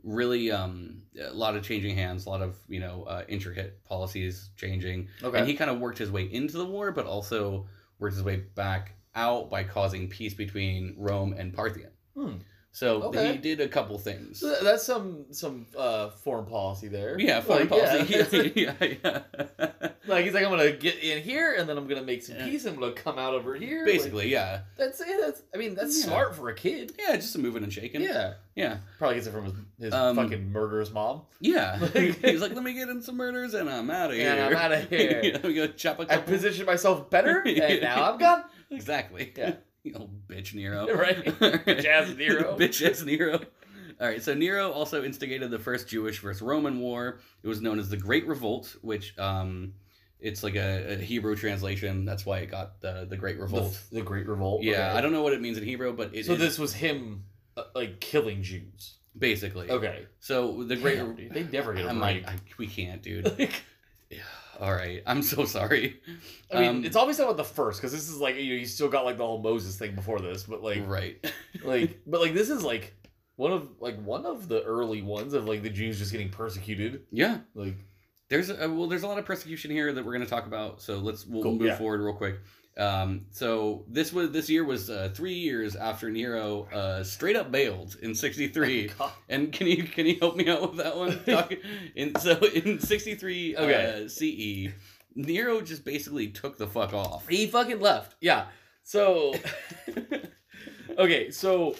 S1: really um a lot of changing hands a lot of you know uh, intricate policies changing
S2: okay.
S1: and he kind of worked his way into the war but also worked his way back out by causing peace between rome and parthian
S2: Hmm.
S1: so
S2: Okay.
S1: he did a couple things
S2: so that's some some uh, foreign policy there.
S1: yeah foreign
S2: Like, yeah,
S1: policy
S2: it's-
S1: yeah, yeah.
S2: like he's like, I'm gonna get in here, and then I'm gonna make some peace, and I'm gonna come out over here. Like,
S1: basically yeah
S2: that's it. That's I mean, that's
S1: Yeah.
S2: smart for a kid.
S1: yeah just some moving and shaking
S2: Yeah,
S1: yeah
S2: probably gets it from his, his
S1: Um,
S2: fucking murderous mom.
S1: yeah he's like let me get in some murders and i'm out of here
S2: And I'm outta here.
S1: you know, we go chop a
S2: I
S1: couple
S2: positioned myself better, and now I'm gone.
S1: Exactly.
S2: Yeah.
S1: you old bitch Nero.
S2: Right. Bitch ass Nero.
S1: bitch ass Nero. All right, so Nero also instigated the first Jewish versus Roman war. It was known as the Great Revolt, which um, it's like a, a Hebrew translation. That's why it got the the Great
S2: The,
S1: Revolt.
S2: the Great Revolt.
S1: yeah,
S2: okay.
S1: I don't know what it means in Hebrew, but it is
S2: So this was him, uh, like killing Jews.
S1: basically.
S2: Okay.
S1: So the Great.
S2: Damn, dude, they never get a
S1: I'm
S2: break.
S1: like, I, we can't, dude. Yeah, All right, I'm so sorry.
S2: I mean,
S1: Um,
S2: it's always about the first because this is like you know you still got like the whole Moses thing before this, but like
S1: right.
S2: like but like this is like one of like one of the early ones of like the Jews just getting persecuted.
S1: Yeah.
S2: Like
S1: There's a, well, there's a lot of persecution here that we're going to talk about. So let's we'll
S2: Cool,
S1: move
S2: yeah.
S1: forward real quick. Um, so this was this year was uh, three years after Nero uh, straight up bailed in '63.
S2: God.
S1: And can you can you help me out with that one? Talk, in, so in '63
S2: Okay.
S1: uh, CE, Nero just basically took the fuck off.
S2: he fucking left. Yeah. So okay, so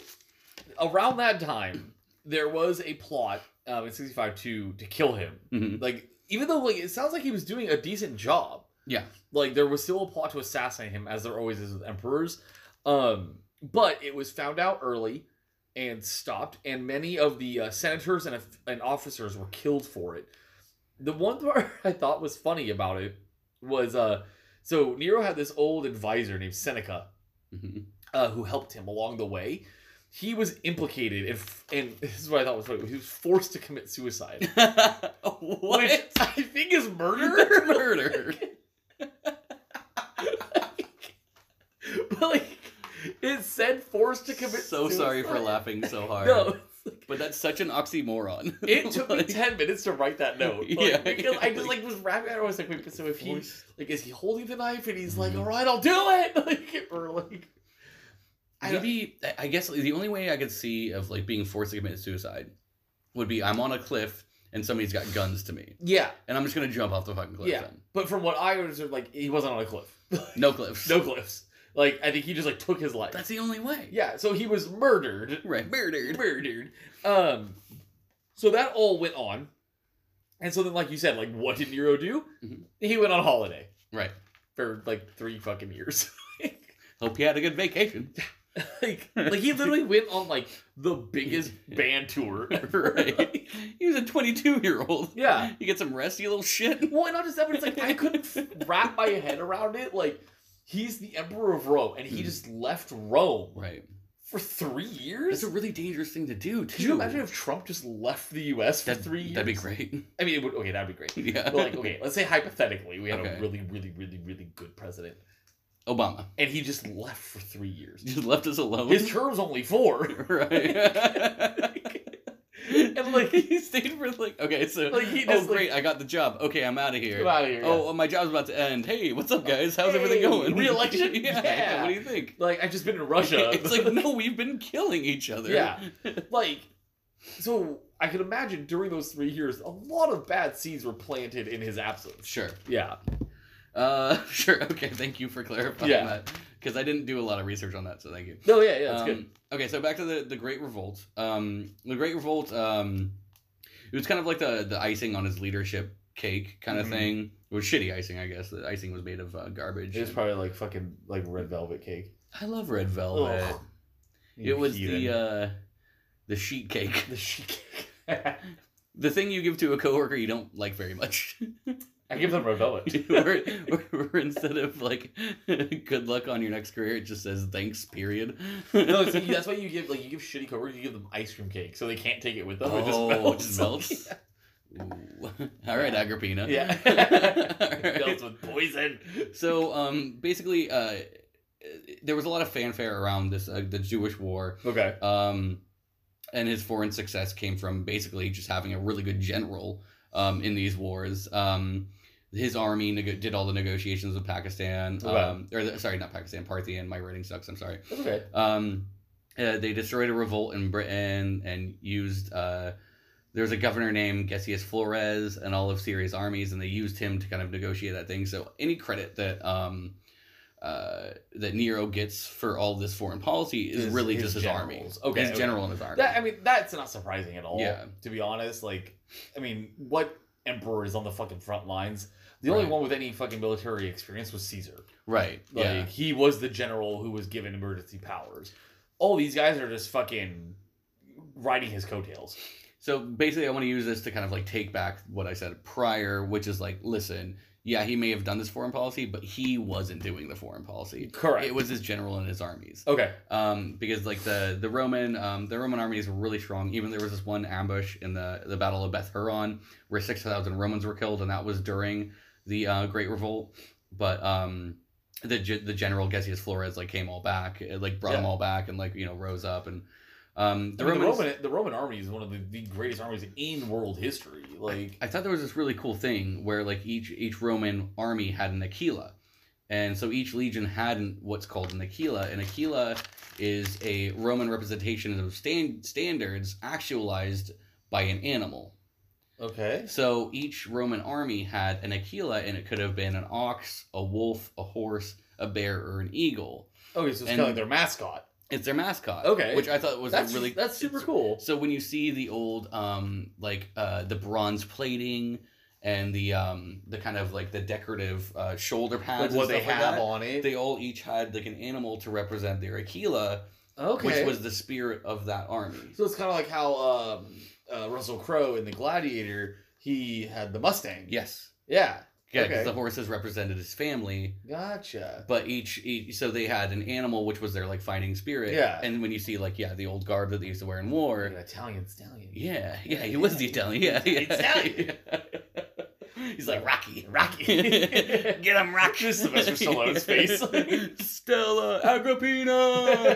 S2: around that time there was a plot um, in sixty five to to kill him.
S1: Mhm.
S2: Like even though like it sounds like he was doing a decent job.
S1: Yeah.
S2: like there was still a plot to assassinate him as there always is with emperors um but it was found out early and stopped and many of the uh, senators and, and officers were killed for it the one part i thought was funny about it was uh so nero had this old advisor named seneca
S1: Mhm.
S2: uh, who helped him along the way he was implicated and, f- and this is what i thought was funny he was forced to commit suicide
S1: Mm-hmm. what?
S2: which i think is murder
S1: That's murder.
S2: but like it said forced to commit
S1: so sorry for
S2: suicide.
S1: laughing so hard.
S2: no
S1: But that's such an oxymoron.
S2: it took me
S1: Like-
S2: 10 minutes to write that note like,
S1: Yeah.
S2: because i just like was wrapping i was like wait so if he
S1: Forced-
S2: like is he holding the knife and he's like
S1: Mhm.
S2: all right i'll do it like or like I don't-
S1: Maybe I- I guess the only way I could see of like being forced to commit suicide would be I'm on a cliff and somebody's got guns to me
S2: yeah
S1: and I'm just gonna jump off the fucking cliff.
S2: Yeah.
S1: Then.
S2: but from what i understood like he wasn't on a cliff
S1: No cliffs.
S2: no cliffs like i think he just like took his life
S1: That's the only way.
S2: yeah so he was murdered
S1: Right. Murdered.
S2: murdered. Um, so that all went on, and so then, like you said, like what did Nero do?
S1: Mhm.
S2: He went on holiday
S1: Right.
S2: for like three fucking years.
S1: Hope you had a good vacation.
S2: like, like he literally went on like the biggest band tour ever.
S1: right? he was a 22 year old.
S2: Yeah.
S1: You get some rest, you little shit.
S2: Well, and not just that, but it's like I couldn't f- wrap my head around it. Like he's the emperor of Rome, and he
S1: Hmm.
S2: just left Rome
S1: Right.
S2: for three years.
S1: It's a really dangerous thing to do, too.
S2: Could you imagine if Trump just left the U.S. for
S1: That-
S2: three years?
S1: That'd be great.
S2: I mean, it would, okay, that'd be great.
S1: yeah.
S2: But like, okay, let's say hypothetically, we had
S1: Okay.
S2: a really, really, really, really good president,
S1: Obama.
S2: and he just left for three years.
S1: Just left us alone.
S2: His term's only four.
S1: right.
S2: And, like-
S1: he stayed for like okay, so
S2: Like he
S1: oh
S2: just
S1: great, I got the job. Okay, I'm out of
S2: like,
S1: here.
S2: get out of here.
S1: Oh, my job's about to end. Hey, what's up, guys? How's everything
S2: Hey,
S1: going?
S2: re-election?
S1: yeah,
S2: Yeah.
S1: What do you think?
S2: yeah. like I've just been in Russia.
S1: it's like no, we've been killing each other.
S2: Yeah. like so i can imagine during those three years a lot of bad seeds were planted in his absence
S1: Sure.
S2: yeah
S1: Uh, sure. Okay. Thank you for clarifying
S2: Yeah.
S1: that because I didn't do a lot of research on that, so thank you.
S2: no yeah yeah it's
S1: um,
S2: good
S1: Okay, so back to the the Great Revolt. Um, the Great Revolt. Um, it was kind of like the the icing on his leadership cake kind of
S2: Mhm.
S1: thing. It was shitty icing, I guess. The icing was made of uh, garbage.
S2: it was probably like fucking like red velvet cake
S1: I love red velvet.
S2: Ugh.
S1: It was the
S2: Heathen.
S1: uh, the sheet cake,
S2: the sheet cake
S1: the thing you give to a coworker you don't like very much,
S2: i give them red velvet
S1: where, where instead of like good luck on your next career, it just says thanks. Period.
S2: no see, that's why you give like you give shitty coworkers you give them ice cream cake so they can't take it with them it just
S1: Oh, it
S2: melts,
S1: just melts. Ooh. All right,
S2: Yeah.
S1: Agrippina.
S2: yeah
S1: All
S2: it
S1: right.
S2: melts with poison
S1: So, um, basically, uh, there was a lot of fanfare around this uh, the Jewish War,
S2: okay
S1: um, and his foreign success came from basically just having a really good general um, in these wars. Um, his army neg- did all the negotiations with Pakistan,
S2: Okay.
S1: um, or the, sorry, not Pakistan, Parthian. My writing sucks. I'm sorry.
S2: that's okay
S1: Um, uh, they destroyed a revolt in Britain and used. Uh, there was a governor named Gessius Flores and all of Syria's armies, and they used him to kind of negotiate that thing. So any credit that um, uh, that Nero gets for all this foreign policy is
S2: His-
S1: really
S2: his
S1: just his army.
S2: generals. Okay,
S1: his
S2: okay.
S1: general and his army.
S2: That I mean, that's not surprising at all.
S1: Yeah.
S2: To be honest, like, I mean, what emperor is on the fucking front lines? The only
S1: Right.
S2: one with any fucking military experience was Caesar.
S1: right.
S2: Like,
S1: yeah.
S2: he was the general who was given emergency powers. All these guys are just fucking riding his coattails.
S1: So basically, I want to use this to kind of like take back what I said prior, which is like, listen, yeah, he may have done this foreign policy, but he wasn't doing the foreign policy.
S2: Correct.
S1: It was his general and his armies.
S2: okay.
S1: um, because like the the Roman um, the Roman armies were really strong. Even there was this one ambush in the the Battle of Beth Horon where six thousand Romans were killed, and that was during the uh, Great Revolt. But um, the ge- the general Gessius Flores like came all back, it, like brought them
S2: Yeah.
S1: all back, and like you know rose up and um,
S2: The,
S1: the
S2: I mean,
S1: Romans.
S2: the Roman the Roman army is one of the, the greatest armies in world history. Like,
S1: I thought there was this really cool thing where like each each Roman army had an aquila, and so each legion had an, what's called an aquila. An aquila is a Roman representation of stand, standards actualized by an animal.
S2: okay.
S1: So each Roman army had an aquila, and it could have been an ox, a wolf, a horse, a bear, or an eagle.
S2: Okay, so it's kind
S1: And-
S2: of like their mascot.
S1: It's their mascot.
S2: Okay.
S1: which I thought was a
S2: That's
S1: really
S2: really that's super
S1: it's-
S2: cool.
S1: so when you see the old um like uh the bronze plating and the um the kind of like the decorative uh, shoulder
S2: Like
S1: pads
S2: what
S1: and
S2: they
S1: stuff like
S2: have
S1: that,
S2: on it.
S1: they all each had like an animal to represent their aquila,
S2: okay.
S1: which was the spirit of that army.
S2: So it's kind of like how um, uh, Russell Crowe in The Gladiator, he had the Mustang.
S1: Yes.
S2: Yeah.
S1: Yeah, because
S2: Okay.
S1: the horses represented his family,
S2: Gotcha.
S1: but each, each so they had an animal which was their like fighting spirit.
S2: Yeah.
S1: And when you see like yeah the old garb that they used to wear in war,
S2: Like an Italian stallion.
S1: Yeah, yeah, he was the Italian. Yeah, yeah.
S2: Italian.
S1: He's like Rocky,
S2: Rocky.
S1: get him, Rocky.
S2: This is Sylvester Stallone's face.
S1: Stella Agrippina.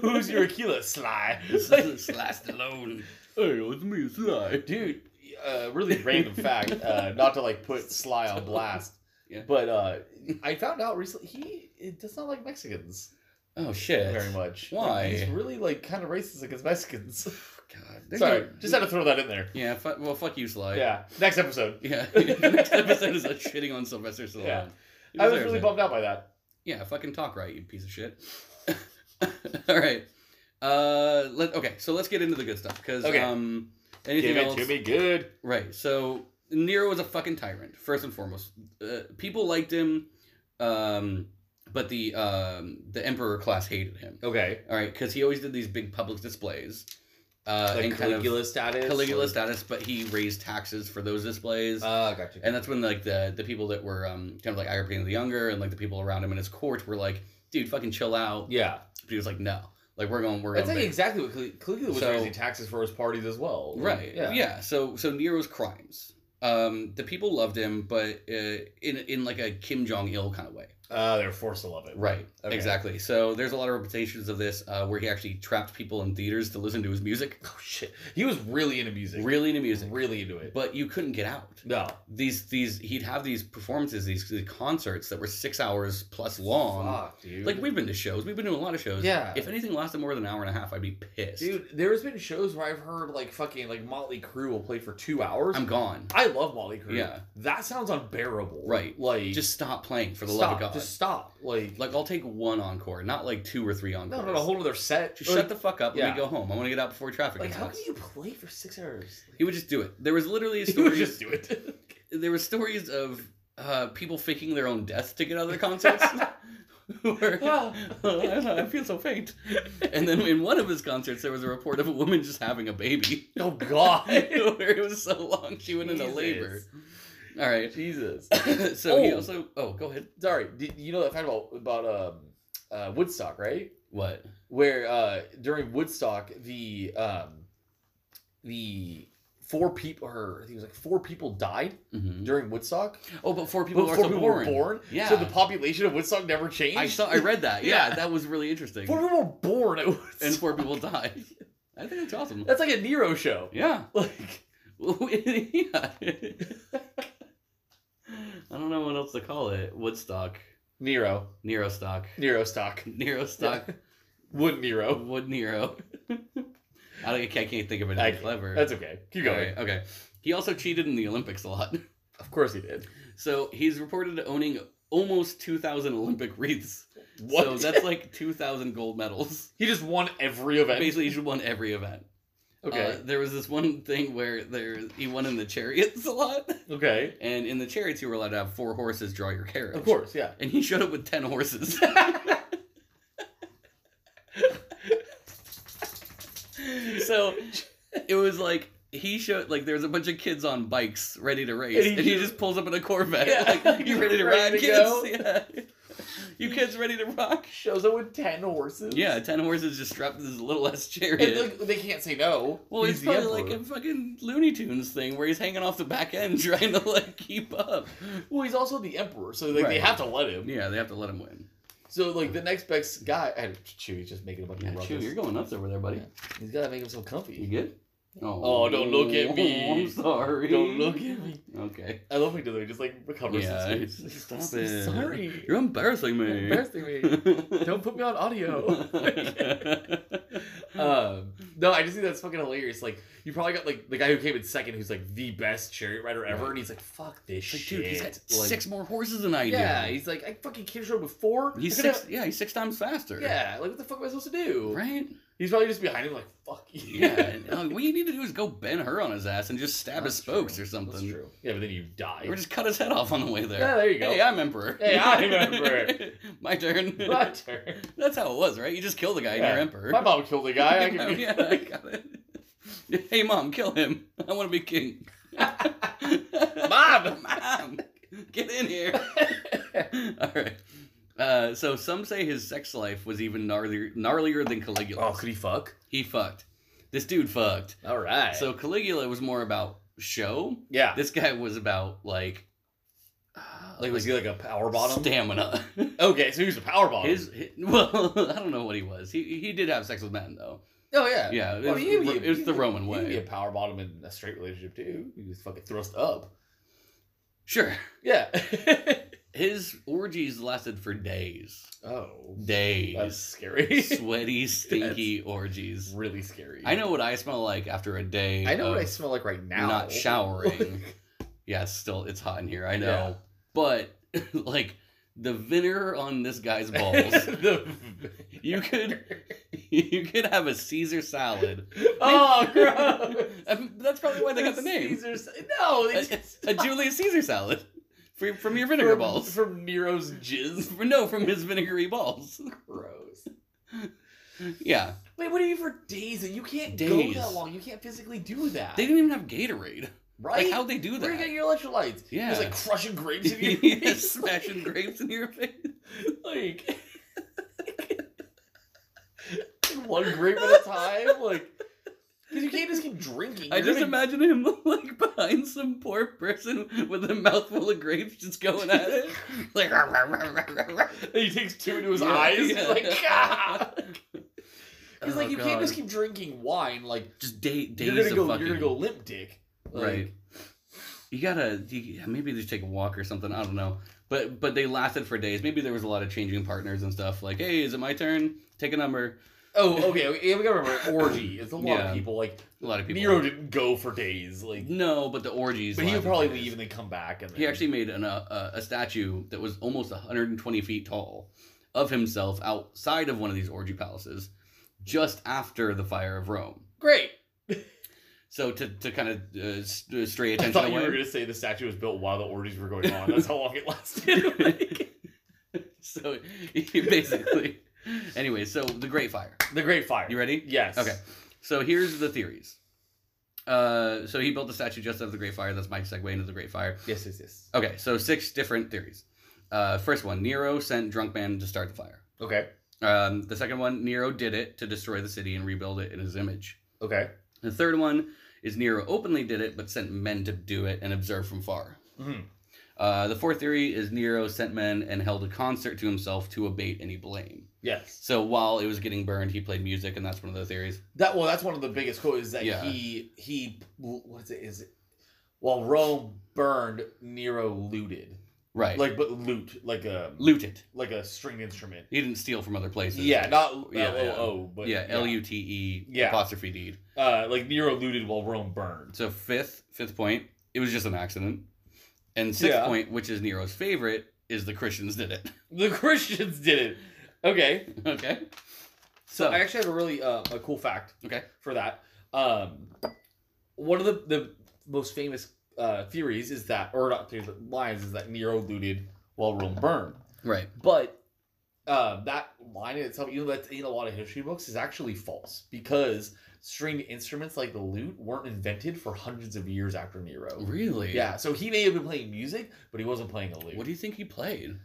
S2: Who's your Aquila, Sly?
S1: This is Sly Stallone. Hey, it's me, Sly.
S2: Dude, uh, really random fact, uh, not to like put Sly on blast,
S1: Yeah.
S2: but uh, I found out recently he it does not like Mexicans
S1: Oh shit.
S2: very much.
S1: Why?
S2: He's really like kind of racist against Mexicans.
S1: God. there's
S2: Sorry,
S1: no-
S2: just had to throw that in there.
S1: Yeah. Fu- well, fuck you, Sly.
S2: Yeah. Next episode.
S1: Yeah. Next episode is like shitting on Sylvester Stallone.
S2: Yeah.
S1: He
S2: I was
S1: deserves
S2: really
S1: it.
S2: bummed out by that.
S1: Yeah, fucking talk right, you piece of shit. All right. Uh, let okay. So let's get into the good stuff because
S2: Okay.
S1: um, anything
S2: Give it
S1: else?
S2: to me good.
S1: Right. So Nero was a fucking tyrant, first and foremost. Uh, people liked him. Um, but the um, the emperor class hated him.
S2: Okay.
S1: All right, because he always did these big public displays. Uh,
S2: Like
S1: and
S2: Caligula
S1: Caligula,
S2: status.
S1: kind of Caligula
S2: or-
S1: status, but he raised taxes for those displays.
S2: Ah, gotcha.
S1: And that's when like the the people that were um kind of like Agrippina the Younger and like the people around him in his court were like, dude, fucking chill out.
S2: yeah,
S1: But he was like, no, like we're going, we're
S2: that's
S1: going.
S2: like
S1: big."
S2: exactly what Cal- Caligula was
S1: So-
S2: raising taxes for his parties as well. Like,
S1: right? Yeah. So so Nero's crimes. Um, the people loved him, but uh, in in like a Kim Jong Il kind of way.
S2: Uh, they're forced to love it.
S1: Right.
S2: Okay.
S1: Exactly. So there's a lot of representations of this uh, where he actually trapped people in theaters to listen to his music.
S2: Oh shit. He was really into music.
S1: Really into music,
S2: Really into it.
S1: but you couldn't get out.
S2: no.
S1: These these he'd have these performances, these, these concerts that were six hours plus long.
S2: Fuck, dude.
S1: Like we've been to shows, we've been to a lot of shows.
S2: Yeah.
S1: If anything lasted more than an hour and a half, I'd be pissed.
S2: Dude, there's been shows where I've heard like fucking like Motley Crue will play for two hours.
S1: I'm gone.
S2: I love Motley Crue.
S1: Yeah.
S2: That sounds unbearable.
S1: Right.
S2: Like
S1: Just stop playing for the
S2: stop.
S1: love of God.
S2: Just stop. Like,
S1: Like I'll take one encore, not like two or three
S2: no,
S1: encores.
S2: not a whole other set.
S1: Just shut the fuck up. Let
S2: yeah.
S1: me go home. I want to get out before traffic.
S2: Like,
S1: comes
S2: how
S1: out.
S2: can you play for six hours?
S1: He would just do it. There was literally
S2: He would
S1: stories.
S2: just do it.
S1: There were stories of uh, people faking their own death to get out of their concerts. Who were- I feel so faint. And then in one of his concerts, there was a report of a woman just having a baby.
S2: oh God.
S1: where it was so long she went into
S2: Jesus.
S1: labor. All right.
S2: Jesus.
S1: so he
S2: Oh.
S1: also. Oh, go ahead.
S2: Sorry. Did you know that fact about about um uh Woodstock, right?
S1: What?
S2: where uh during Woodstock the um the four people or I think it was like four people died
S1: hmm
S2: during Woodstock.
S1: Oh, but four people
S2: but
S1: are
S2: four
S1: so
S2: people
S1: born.
S2: were born.
S1: Yeah.
S2: So the population of Woodstock never changed.
S1: I saw. I read that. Yeah,
S2: Yeah.
S1: that was really interesting.
S2: four people were born at Woodstock.
S1: and four people died. I think that's awesome.
S2: That's like a Nero show.
S1: Yeah.
S2: Like
S1: yeah. I don't know what else to call it. Woodstock,
S2: Nero.
S1: Nero stock,
S2: Nero stock.
S1: Nero stock,
S2: Wood Nero.
S1: Wood Nero. I, don't, I can't- I can't think of
S2: I
S1: anything
S2: can't.
S1: clever.
S2: That's okay. Keep going.
S1: Alright, okay. He also cheated in the Olympics a lot.
S2: Of course he did.
S1: So he's reported to owning almost 2,000 Olympic wreaths.
S2: What?
S1: So that's like 2,000 gold medals.
S2: he just won every event.
S1: Basically, he should won every event.
S2: Okay.
S1: Uh, there was this one thing where there he won in the chariots a lot,
S2: okay.
S1: and in the chariots you were allowed to have four horses draw your carriage.
S2: Of course, yeah.
S1: And he showed up with ten horses. so it was like he showed like there's a bunch of kids on bikes ready to race,
S2: And
S1: and
S2: he
S1: he,
S2: just-
S1: just, pulls up in a Corvette.
S2: Yeah.
S1: Like, you ready to
S2: Ready
S1: ride,
S2: to
S1: kids?
S2: go.
S1: Yeah. You kids ready to rock?
S2: Shows up with ten horses.
S1: Yeah, ten horses just strapped to this little ass chariot.
S2: And like, they can't say no.
S1: Well,
S2: He's
S1: it's
S2: the
S1: probably like
S2: emperor.
S1: a fucking Looney Tunes thing where he's hanging off the back end trying to like keep up.
S2: Well, he's also the emperor, so like they
S1: Right.
S2: have to let him.
S1: Yeah, they have to let him win.
S2: So like the next best guy, and Chewie's just making a bunch
S1: Yeah,
S2: of ruckus.
S1: Chew, you're going nuts over there, buddy.
S2: He's gotta make himself
S1: You
S2: comfy.
S1: good?
S2: Oh, don't look at me.
S1: I'm sorry.
S2: Don't look at me.
S1: Okay.
S2: I love when he does it. He just like recovers
S1: Yeah,
S2: his
S1: it's-
S2: face.
S1: stop
S2: I'm
S1: it.
S2: Sorry.
S1: You're embarrassing
S2: You're
S1: me.
S2: embarrassing me. Don't put me on audio. um, no, I just think that's fucking hilarious. Like you probably got like the guy who came in second, who's like the best chariot rider ever,
S1: Right.
S2: and he's like, "Fuck this
S1: It's like,
S2: shit."
S1: dude, he's got
S2: Like,
S1: six more horses than I do.
S2: Yeah, he's like, I fucking can't show up with four.
S1: he's
S2: I could
S1: six. Yeah, he's six times faster.
S2: have- Yeah, like what the fuck am I supposed to do?
S1: Right.
S2: He's probably just behind him, like, fuck you.
S1: Yeah. and, uh, what you need to do is go bend her on his ass and just stab his
S2: That's
S1: spokes
S2: true.
S1: or something.
S2: That's true. Yeah, but then you die.
S1: Or just cut his head off on the way there.
S2: yeah, there you go.
S1: Hey, I'm emperor.
S2: Hey, I'm emperor.
S1: My turn.
S2: my turn.
S1: That's how it was, right? You just kill the guy and
S2: Yeah.
S1: you're emperor.
S2: My mom killed a guy. I can...
S1: yeah, I got it. Hey, mom, kill him. I want to be king.
S2: Mom!
S1: mom, get in here. All right. Uh, so some say his sex life was even gnarlier, gnarlier than Caligula's.
S2: Oh, could he fuck?
S1: He fucked. This dude fucked.
S2: All right.
S1: So Caligula was more about show.
S2: yeah,
S1: This guy was about like, uh,
S2: like was he like a power bottom?
S1: stamina.
S2: Okay, so he was a power bottom.
S1: His, hi- well, I don't know what he was. He he did have sex with men though.
S2: oh yeah,
S1: Yeah, it
S2: Well,
S1: was,
S2: he could be-
S1: it was
S2: he
S1: the
S2: could-
S1: Roman
S2: he could Be a
S1: way.
S2: power bottom in a straight relationship too. He was fucking thrust up.
S1: Sure,
S2: Yeah.
S1: his orgies lasted for days,
S2: oh, that's
S1: days,
S2: scary.
S1: sweaty, stinky orgies.
S2: really scary.
S1: I know what I smell like after a day.
S2: I know what I
S1: of
S2: smell like right now.
S1: Not showering. yeah, it's still it's hot in here. I know,
S2: Yeah.
S1: but like the vinegar on this guy's balls.
S2: The-
S1: you could you could have a Caesar salad.
S2: Oh, gross.
S1: Um, That's probably why they got the name.
S2: Caesar's- No, they
S1: A Julius Caesar salad From, from your vinegar
S2: From-
S1: balls.
S2: From Nero's jizz.
S1: no, from his vinegary balls.
S2: Gross.
S1: Yeah.
S2: Wait, what are you for days? You can't
S1: Days.
S2: go that long. You can't physically do that.
S1: They didn't even have Gatorade.
S2: right?
S1: Like, how'd they do
S2: Where are you
S1: that?
S2: getting your electrolytes?
S1: Yeah.
S2: Just like crushing grapes in your
S1: Yeah,
S2: face.
S1: smashing grapes in your face.
S2: like one grape at a time, like because you can't just keep drinking.
S1: I
S2: You're
S1: just
S2: gonna-
S1: imagine him like behind some poor person with a mouthful of grapes just going at it. Like
S2: And he takes two into his
S1: Yeah,
S2: eyes.
S1: yeah.
S2: Like, ah! Because
S1: Oh,
S2: like you can't
S1: God.
S2: just keep drinking wine. Like
S1: just day, days
S2: you're gonna
S1: of
S2: go,
S1: fucking
S2: you're gonna go limp dick. Like,
S1: right. You gotta you, maybe just take a walk or something. I don't know. But but they lasted for days. Maybe there was a lot of changing partners and stuff. Like, hey, is it my turn? Take a number.
S2: Oh, okay. Yeah, we gotta remember orgy. It's a lot
S1: Yeah.
S2: of people. Like
S1: A lot of people.
S2: Nero didn't go for days. Like,
S1: No, but the orgies.
S2: but he would
S1: lasted
S2: probably
S1: for days.
S2: leave and then come back. And then,
S1: He actually made an, uh, a a statue that was almost 120 feet tall of himself outside of one of these orgy palaces just after the fire of Rome.
S2: great.
S1: So to, to kind of uh, s- uh, stray
S2: I
S1: attention
S2: thought you were
S1: away.
S2: gonna say the statue was built while the orgies were going on. That's how long it lasted.
S1: so he basically, anyway, so the Great Fire.
S2: the Great Fire.
S1: You ready?
S2: Yes.
S1: Okay. So here's the theories. Uh, so he built the statue just after the Great Fire. That's my segue into the Great Fire.
S2: Yes, yes, yes.
S1: Okay, so six different theories. Uh, first one: Nero sent drunk man to start the fire.
S2: Okay.
S1: Um, the second one, Nero did it to destroy the city and rebuild it in his image.
S2: Okay.
S1: The third one is Nero openly did it but sent men to do it and observe from far.
S2: Mhm.
S1: Uh, the fourth theory is Nero sent men and held a concert to himself to abate any blame.
S2: Yes.
S1: So while it was getting burned, he played music, and that's one of the theories.
S2: That well, that's one of the biggest quotes is that
S1: Yeah.
S2: he he what's it is it while Rome burned, Nero looted.
S1: Right.
S2: Like but loot, like a
S1: looted.
S2: like a string instrument.
S1: He didn't steal from other places.
S2: Yeah, not
S1: Yeah,
S2: L O O, but
S1: yeah, L U T E
S2: Yeah.
S1: apostrophe deed.
S2: Uh, like Nero looted while Rome burned.
S1: So fifth, fifth point, it was just an accident. And sixth
S2: Yeah.
S1: point, which is Nero's favorite, is the Christians did it.
S2: The Christians did it. Okay.
S1: okay.
S2: So,
S1: So-
S2: I actually have a really uh, a cool fact.
S1: Okay.
S2: For that, um, one of the the most famous uh, theories is that, or not theories, but lines is that Nero looted while Rome burned.
S1: Right.
S2: But uh, that line in itself, even though that's in a lot of history books, is actually false because stringed instruments like the lute weren't invented for hundreds of years after Nero.
S1: Really?
S2: Yeah, so he may have been playing music, but he wasn't playing a lute.
S1: What do you think he played?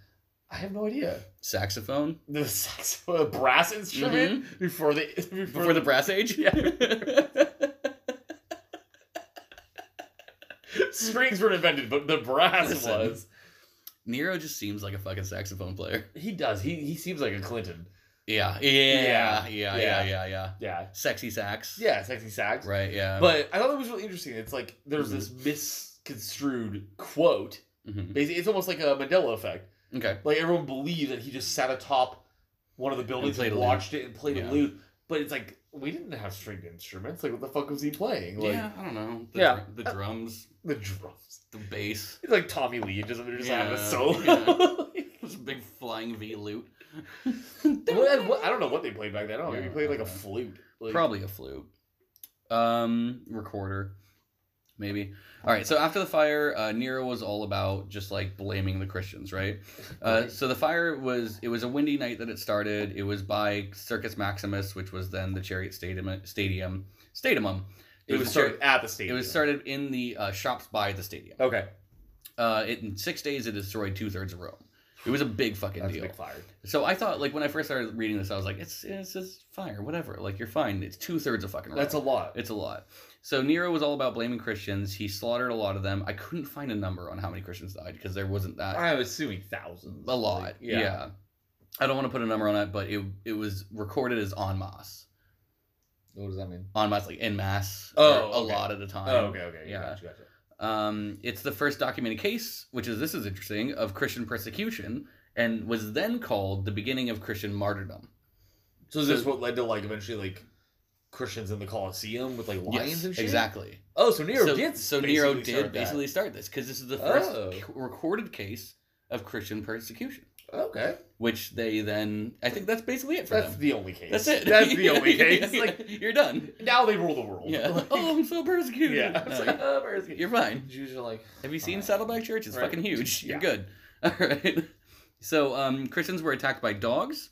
S2: I have no idea.
S1: Saxophone
S2: The saxophone, a brass instrument before the before,
S1: Mm-hmm. before the brass age?
S2: Yeah. Strings were invented, but the brass
S1: Listen.
S2: was.
S1: Nero just seems like a fucking saxophone player.
S2: He does. He he seems like a Clinton.
S1: Yeah. Yeah. Yeah. Yeah. Yeah.
S2: Yeah.
S1: Yeah.
S2: Yeah.
S1: Sexy sax.
S2: Yeah, sexy sax.
S1: Right. Mm-hmm. Yeah.
S2: But I thought that was really interesting. It's like there's this misconstrued quote.
S1: Mhm.
S2: Basically, it's almost like a Mandela effect.
S1: okay.
S2: Like everyone believed that he just sat atop one of the buildings
S1: played
S2: and,
S1: a lute.
S2: watched it and played
S1: Yeah.
S2: a lute. But it's like we didn't have stringed instruments. Like what the fuck was he playing? Like
S1: yeah. I don't know. The,
S2: Yeah.
S1: dr- The drums,
S2: the drums.
S1: the bass.
S2: It's like Tommy Lee. It doesn't just have a
S1: Yeah,
S2: solo.
S1: It was a big flying V lute.
S2: What- what- I don't know what they played back then. I don't know.
S1: Yeah,
S2: Maybe played like
S1: I
S2: a
S1: don't know.
S2: flute. Like,
S1: Probably a flute. Um, recorder, maybe. All right. So after the fire, uh, Nero was all about just like blaming the Christians, right? Uh, so the fire was it was a windy night that it started. It was by Circus Maximus, which was then the Chariot Stadium. Stadium. Stadium.
S2: It was started at the stage.
S1: It was started in the uh, shops by the stadium.
S2: Okay.
S1: Uh, it, in six days, it destroyed two thirds of Rome. It was a big fucking
S2: That's a
S1: deal.
S2: big fire.
S1: So I thought, like, when I first started reading this, I was like, it's it's just fire, whatever. Like, you're fine. It's two thirds of fucking. Rome.
S2: That's a lot.
S1: It's a lot. So Nero was all about blaming Christians. He slaughtered a lot of them. I couldn't find a number on how many Christians died because there wasn't that
S2: I'm assuming thousands.
S1: a lot.
S2: Like,
S1: yeah. I don't want to put a number on it, but it it was recorded as en masse.
S2: What does that mean?
S1: En masse, like en masse.
S2: Oh,
S1: or a
S2: okay.
S1: lot at a time.
S2: Oh, okay, okay.
S1: yeah.
S2: Yeah. Gotcha, gotcha.
S1: Um, it's the first documented case, which is this is interesting, of Christian persecution, and was then called the beginning of Christian martyrdom.
S2: So is this what led to like eventually like Christians in the Colosseum with like lions
S1: Yes,
S2: and shit?
S1: Exactly.
S2: Oh, so Nero
S1: so,
S2: did.
S1: so Nero
S2: basically
S1: did
S2: start that.
S1: basically start this because this is the first
S2: Oh.
S1: c- recorded case of Christian persecution.
S2: Okay.
S1: which they then I think that's basically it for
S2: That's
S1: them.
S2: the only case.
S1: That's it.
S2: That's the only case. Like
S1: you're done.
S2: now they rule the world.
S1: Yeah.
S2: Like,
S1: oh, I'm so persecuted.
S2: yeah. It's
S1: No,
S2: like, uh, where is it?
S1: you're fine.
S2: Jews are like,
S1: Have you seen
S2: Alright.
S1: Saddleback Church? It's
S2: Right.
S1: fucking huge. You're
S2: Yeah.
S1: good. All right. So um, Christians were attacked by dogs.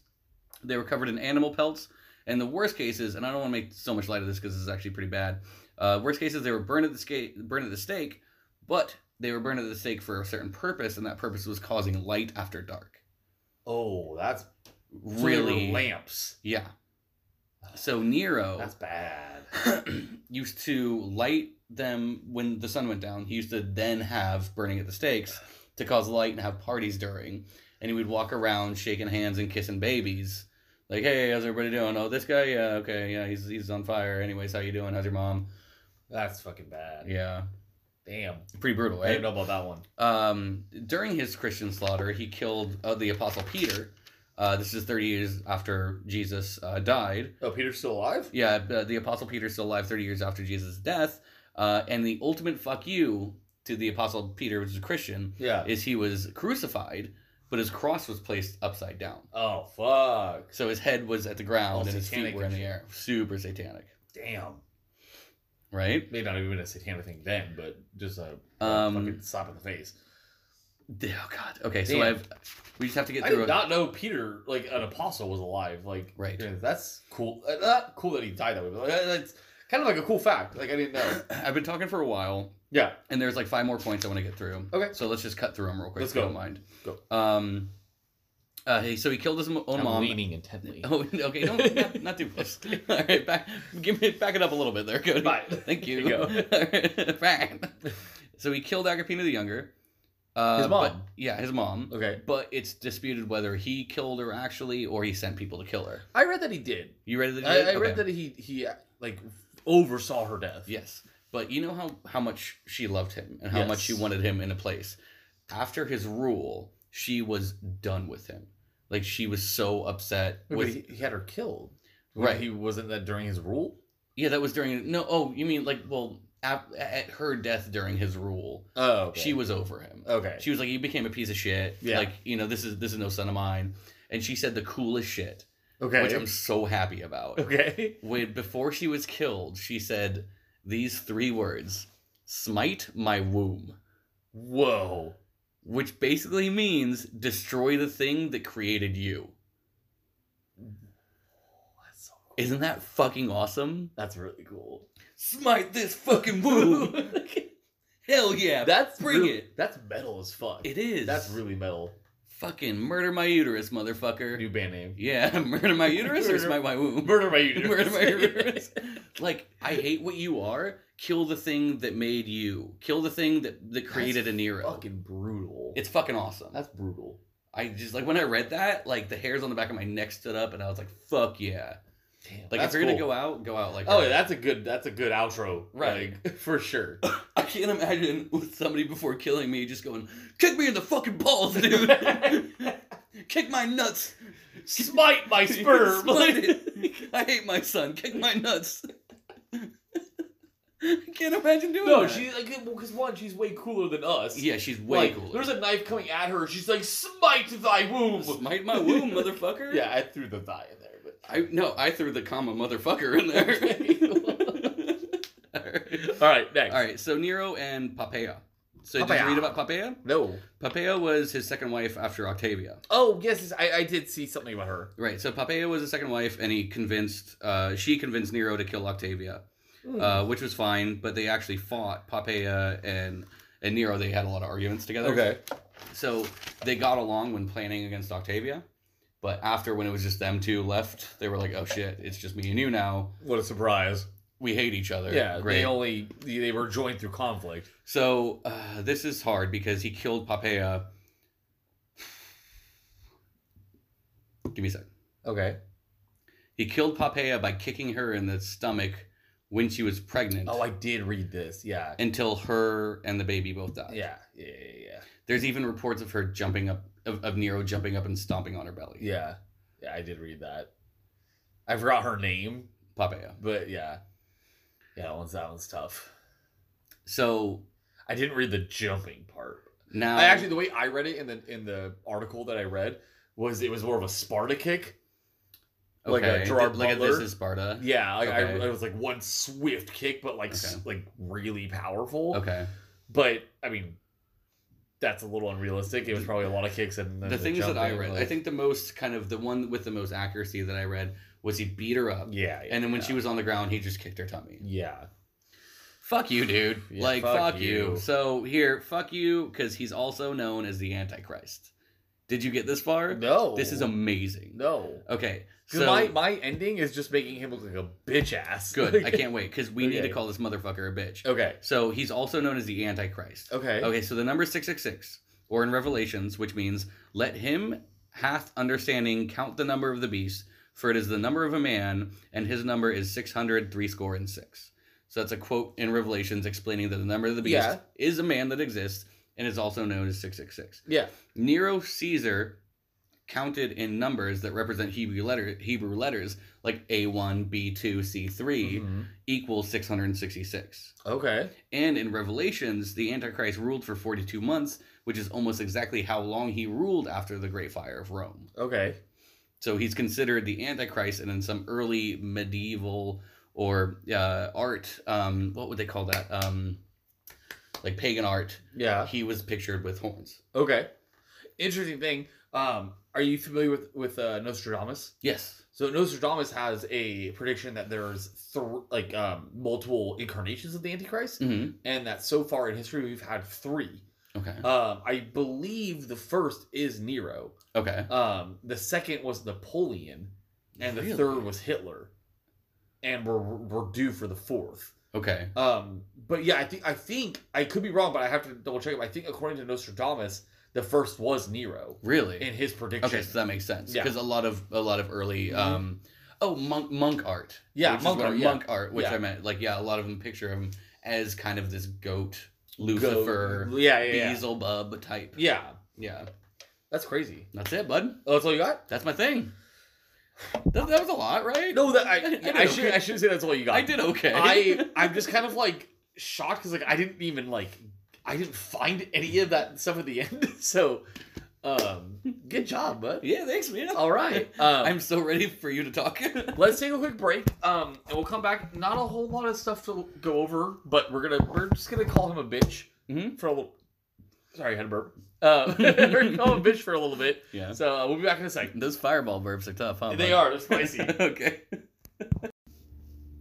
S1: They were covered in animal pelts. And the worst cases, and I don't want to make so much light of this because this is actually pretty bad. Uh, worst cases, they were burned at the sca- burned at the stake, but they were burned at the stake for a certain purpose, and that purpose was causing light after dark.
S2: oh, that's
S1: Really, Oh.
S2: lamps.
S1: yeah. So Nero,
S2: That's bad.
S1: used to light them when the sun went down. He used to then have burning at the stakes to cause light and have parties during. And he would walk around shaking hands and kissing babies. Like, hey, how's everybody doing? Oh, this guy, yeah, okay, yeah, he's he's on fire. Anyways, how you doing? How's your mom?
S2: That's fucking bad.
S1: Yeah,
S2: Damn.
S1: pretty brutal,
S2: I didn't
S1: right?
S2: know about that one.
S1: Um, during his Christian slaughter, he killed uh, the apostle Peter. Uh, this is 30 years after Jesus uh, died.
S2: Oh, Peter's still alive?
S1: Yeah, uh, the, the Apostle Peter's still alive 30 years after Jesus' death. Uh, and the ultimate fuck you to the Apostle Peter, which is a Christian,
S2: Yeah.
S1: is he was crucified, but his cross was placed upside down.
S2: Oh fuck.
S1: So his head was at the ground
S2: All
S1: and his feet
S2: satanic
S1: were in
S2: and
S1: the
S2: shit.
S1: air. Super satanic,
S2: Damn.
S1: right?
S2: May not have been a satanic thing then, but just a
S1: Um,
S2: fucking slap in the face.
S1: D- Oh, God. Okay, so
S2: Damn.
S1: I've. We just have to get
S2: I
S1: through.
S2: did
S1: a-
S2: not know Peter, like an apostle, was alive. Like,
S1: Right.
S2: yeah, that's cool. Uh, Not cool that he died that way, but like, uh, that's kind of like a cool fact. Like, I didn't know.
S1: I've been talking for a while,
S2: Yeah.
S1: and there's like five more points I want to get through.
S2: Okay.
S1: So let's just cut through them real quick
S2: Let's
S1: if you
S2: go.
S1: don't mind.
S2: Go.
S1: Um, uh, he- so he killed his mo- own mom.
S2: intently.
S1: Oh, okay. Don't not, not too close. All right, back. Give me back it up a little bit there, Cody.
S2: Bye.
S1: Thank you.
S2: There
S1: Fine. So he killed Agrippina the younger. Uh,
S2: His mom.
S1: but- yeah, his mom.
S2: Okay.
S1: But it's disputed whether he killed her actually or he sent people to kill her.
S2: I read that he did.
S1: You ready to?
S2: I, I read that he he uh, like oversaw her death.
S1: Yes, but you know how how much she loved him and how much she
S2: Yes.
S1: wanted him in a place. After his rule, she was done with him. Like she was so upset
S2: Wait,
S1: with
S2: but he, he had her killed.
S1: Right.
S2: He wasn't that during his rule.
S1: Yeah, that was during. No, oh, you mean like well, at, at her death during his rule,
S2: Oh.
S1: she was over him.
S2: Okay.
S1: She was like, "You became a piece of shit.
S2: Yeah.
S1: Like, you know, this is this is no son of mine." And she said the coolest shit,
S2: okay.
S1: which I'm so happy about.
S2: okay.
S1: When before she was killed, she said these three words: "Smite my womb,"
S2: Whoa.
S1: which basically means destroy the thing that created you.
S2: That's so cool.
S1: Isn't that fucking awesome?
S2: That's really cool.
S1: Smite this fucking womb. Hell yeah!
S2: That's
S1: bring
S2: real-
S1: it.
S2: That's metal as fuck.
S1: it is.
S2: That's really metal.
S1: Fucking murder my uterus, motherfucker.
S2: New band name.
S1: Yeah, murder my uterus or
S2: Murder-
S1: smite my womb?
S2: Murder by
S1: Murder
S2: uterus.
S1: my uterus. like, I hate what you are. Kill the thing that made you. Kill the thing that, that created a Nero.
S2: Fucking brutal.
S1: It's fucking awesome.
S2: that's brutal.
S1: I just, like, when I read that, like, the hairs on the back of my neck stood up and I was like, fuck yeah.
S2: Damn.
S1: Like,
S2: that's
S1: if you're gonna
S2: cool.
S1: go out, go out like
S2: Oh,
S1: that.
S2: yeah, that's a good. That's a good outro.
S1: Right.
S2: like, for sure.
S1: I can't imagine with somebody before killing me just going, kick me in the fucking balls, dude. kick my nuts.
S2: Smite my sperm.
S1: Split it. I hate my son. Kick my nuts. I can't imagine doing
S2: no,
S1: that.
S2: she's like, because one, she's way cooler than us.
S1: yeah, she's way
S2: like,
S1: cooler.
S2: There's a knife coming at her. She's like, smite thy womb.
S1: Smite my womb, motherfucker.
S2: Yeah, I threw the thigh in there, but
S1: I no, I threw the comma motherfucker in there. All right.
S2: all right, next.
S1: All right. So Nero and Poppaea. So did you
S2: Poppaea.
S1: read about Poppaea?
S2: No.
S1: Poppaea was his second wife after Octavia.
S2: Oh yes, yes, I, I did see something about her.
S1: Right. So Poppaea was his second wife, and he convinced uh, she convinced Nero to kill Octavia.
S2: Hmm.
S1: uh, which was fine. But they actually fought Poppaea and and Nero. They had a lot of arguments together.
S2: okay.
S1: So they got along when planning against Octavia, but after when it was just them two left, they were like, "Oh shit, it's just me and you now.
S2: What a surprise.
S1: We hate each other."
S2: Yeah,
S1: great.
S2: they only they, they were joined through conflict.
S1: so uh, this is hard because he killed uh, Poppaea. Give me a sec.
S2: Okay.
S1: He killed Poppaea by kicking her in the stomach when she was pregnant.
S2: Oh, I did read this. Yeah.
S1: until her and the baby both died.
S2: Yeah. Yeah. Yeah. Yeah.
S1: There's even reports of her jumping up of, of Nero jumping up and stomping on her belly.
S2: Yeah. Yeah, I did read that. I forgot her name,
S1: Papaya.
S2: but yeah. Yeah, that one's that one's tough.
S1: So
S2: I didn't read the jumping part.
S1: Now,
S2: I actually, the way I read it in the in the article that I read was it was more of a Sparta kick. like a
S1: okay,
S2: Gerard
S1: like a this
S2: Butler.
S1: is Sparta.
S2: Yeah, like
S1: Okay.
S2: I, it was like one swift kick, but like s-
S1: Okay.
S2: like really powerful.
S1: Okay.
S2: But I mean, that's a little unrealistic. It was probably a lot of kicks and then
S1: the
S2: they
S1: things
S2: jump
S1: that I
S2: in,
S1: read,
S2: like-
S1: I think the most kind of the one with the most accuracy that I read was he beat her up,
S2: Yeah,
S1: and then when
S2: yeah.
S1: she was on the ground, he just kicked her tummy.
S2: yeah,
S1: Fuck you, dude.
S2: Yeah,
S1: like fuck,
S2: fuck
S1: you.
S2: you.
S1: So here, fuck you, because he's also known as the Antichrist. Did you get this far?
S2: no,
S1: This is amazing.
S2: no.
S1: Okay,
S2: 'Cause
S1: so
S2: my my ending is just making him look like a bitch ass.
S1: good. I can't wait because we need to
S2: Okay.
S1: call this motherfucker a bitch.
S2: okay.
S1: So he's also known as the Antichrist.
S2: Okay.
S1: Okay, so the number six six six, or in Revelations, which means let him hath understanding count the number of the beast, for it is the number of a man, and his number is six hundred threescore and six. So that's a quote in Revelations explaining that the number of the beast
S2: Yeah.
S1: is a man that exists and is also known as six six six.
S2: Yeah.
S1: Nero Caesar counted in numbers that represent Hebrew letter Hebrew letters like A one, B two, C three
S2: Mhm.
S1: equals six hundred and sixty six.
S2: Okay.
S1: And in Revelations, the Antichrist ruled for 42 months, which is almost exactly how long he ruled after the Great Fire of Rome.
S2: Okay.
S1: So he's considered the Antichrist, and in some early medieval or uh, art, um, what would they call that? Um, like pagan art,
S2: Yeah.
S1: he was pictured with horns.
S2: Okay. Interesting thing. Um, are you familiar with with uh, Nostradamus?
S1: Yes.
S2: So Nostradamus has a prediction that there's th- like um, multiple incarnations of the Antichrist,
S1: hmm
S2: and that so far in history we've had three.
S1: Okay.
S2: Um, I believe the first is Nero.
S1: Okay.
S2: Um, the second was Napoleon, and the
S1: Really?
S2: third was Hitler, and we're we're due for the fourth.
S1: Okay.
S2: Um, but yeah, I think I think I could be wrong, but I have to double check it. but I think according to Nostradamus, the first was Nero
S1: Really?
S2: in his prediction.
S1: Okay, so that makes sense
S2: Yeah.
S1: because a lot of a lot of early
S2: Mhm.
S1: um oh monk monk art
S2: Yeah,
S1: which is
S2: monk
S1: what
S2: art,
S1: a
S2: yeah.
S1: monk art which
S2: Yeah.
S1: I meant like yeah a lot of them picture him as kind of this goat Lucifer
S2: Go- yeah, yeah, yeah.
S1: Beelzebub type
S2: yeah.
S1: yeah
S2: That's crazy.
S1: that's it bud
S2: Oh, that's all you got?
S1: that's my thing that, that was a lot right
S2: No, that I,
S1: I did
S2: I should
S1: okay.
S2: I should say that's all you got.
S1: I did okay
S2: I I'm just kind of like shocked because like I didn't even like I didn't find any of that stuff at the end. So, um, good job, bud.
S1: yeah thanks man
S2: All right. Um,
S1: I'm so ready for you to talk
S2: let's take a quick break. Um, and we'll come back. Not a whole lot of stuff to go over, but we're gonna we're just gonna call him a bitch
S1: Mhm.
S2: for a little. Sorry, I had a burp. Uh, we're gonna call him a bitch for a little bit.
S1: yeah Oh,
S2: So uh, we'll be back in a second.
S1: those fireball verbs are tough huh
S2: They
S1: bud?
S2: are they're spicy.
S1: okay.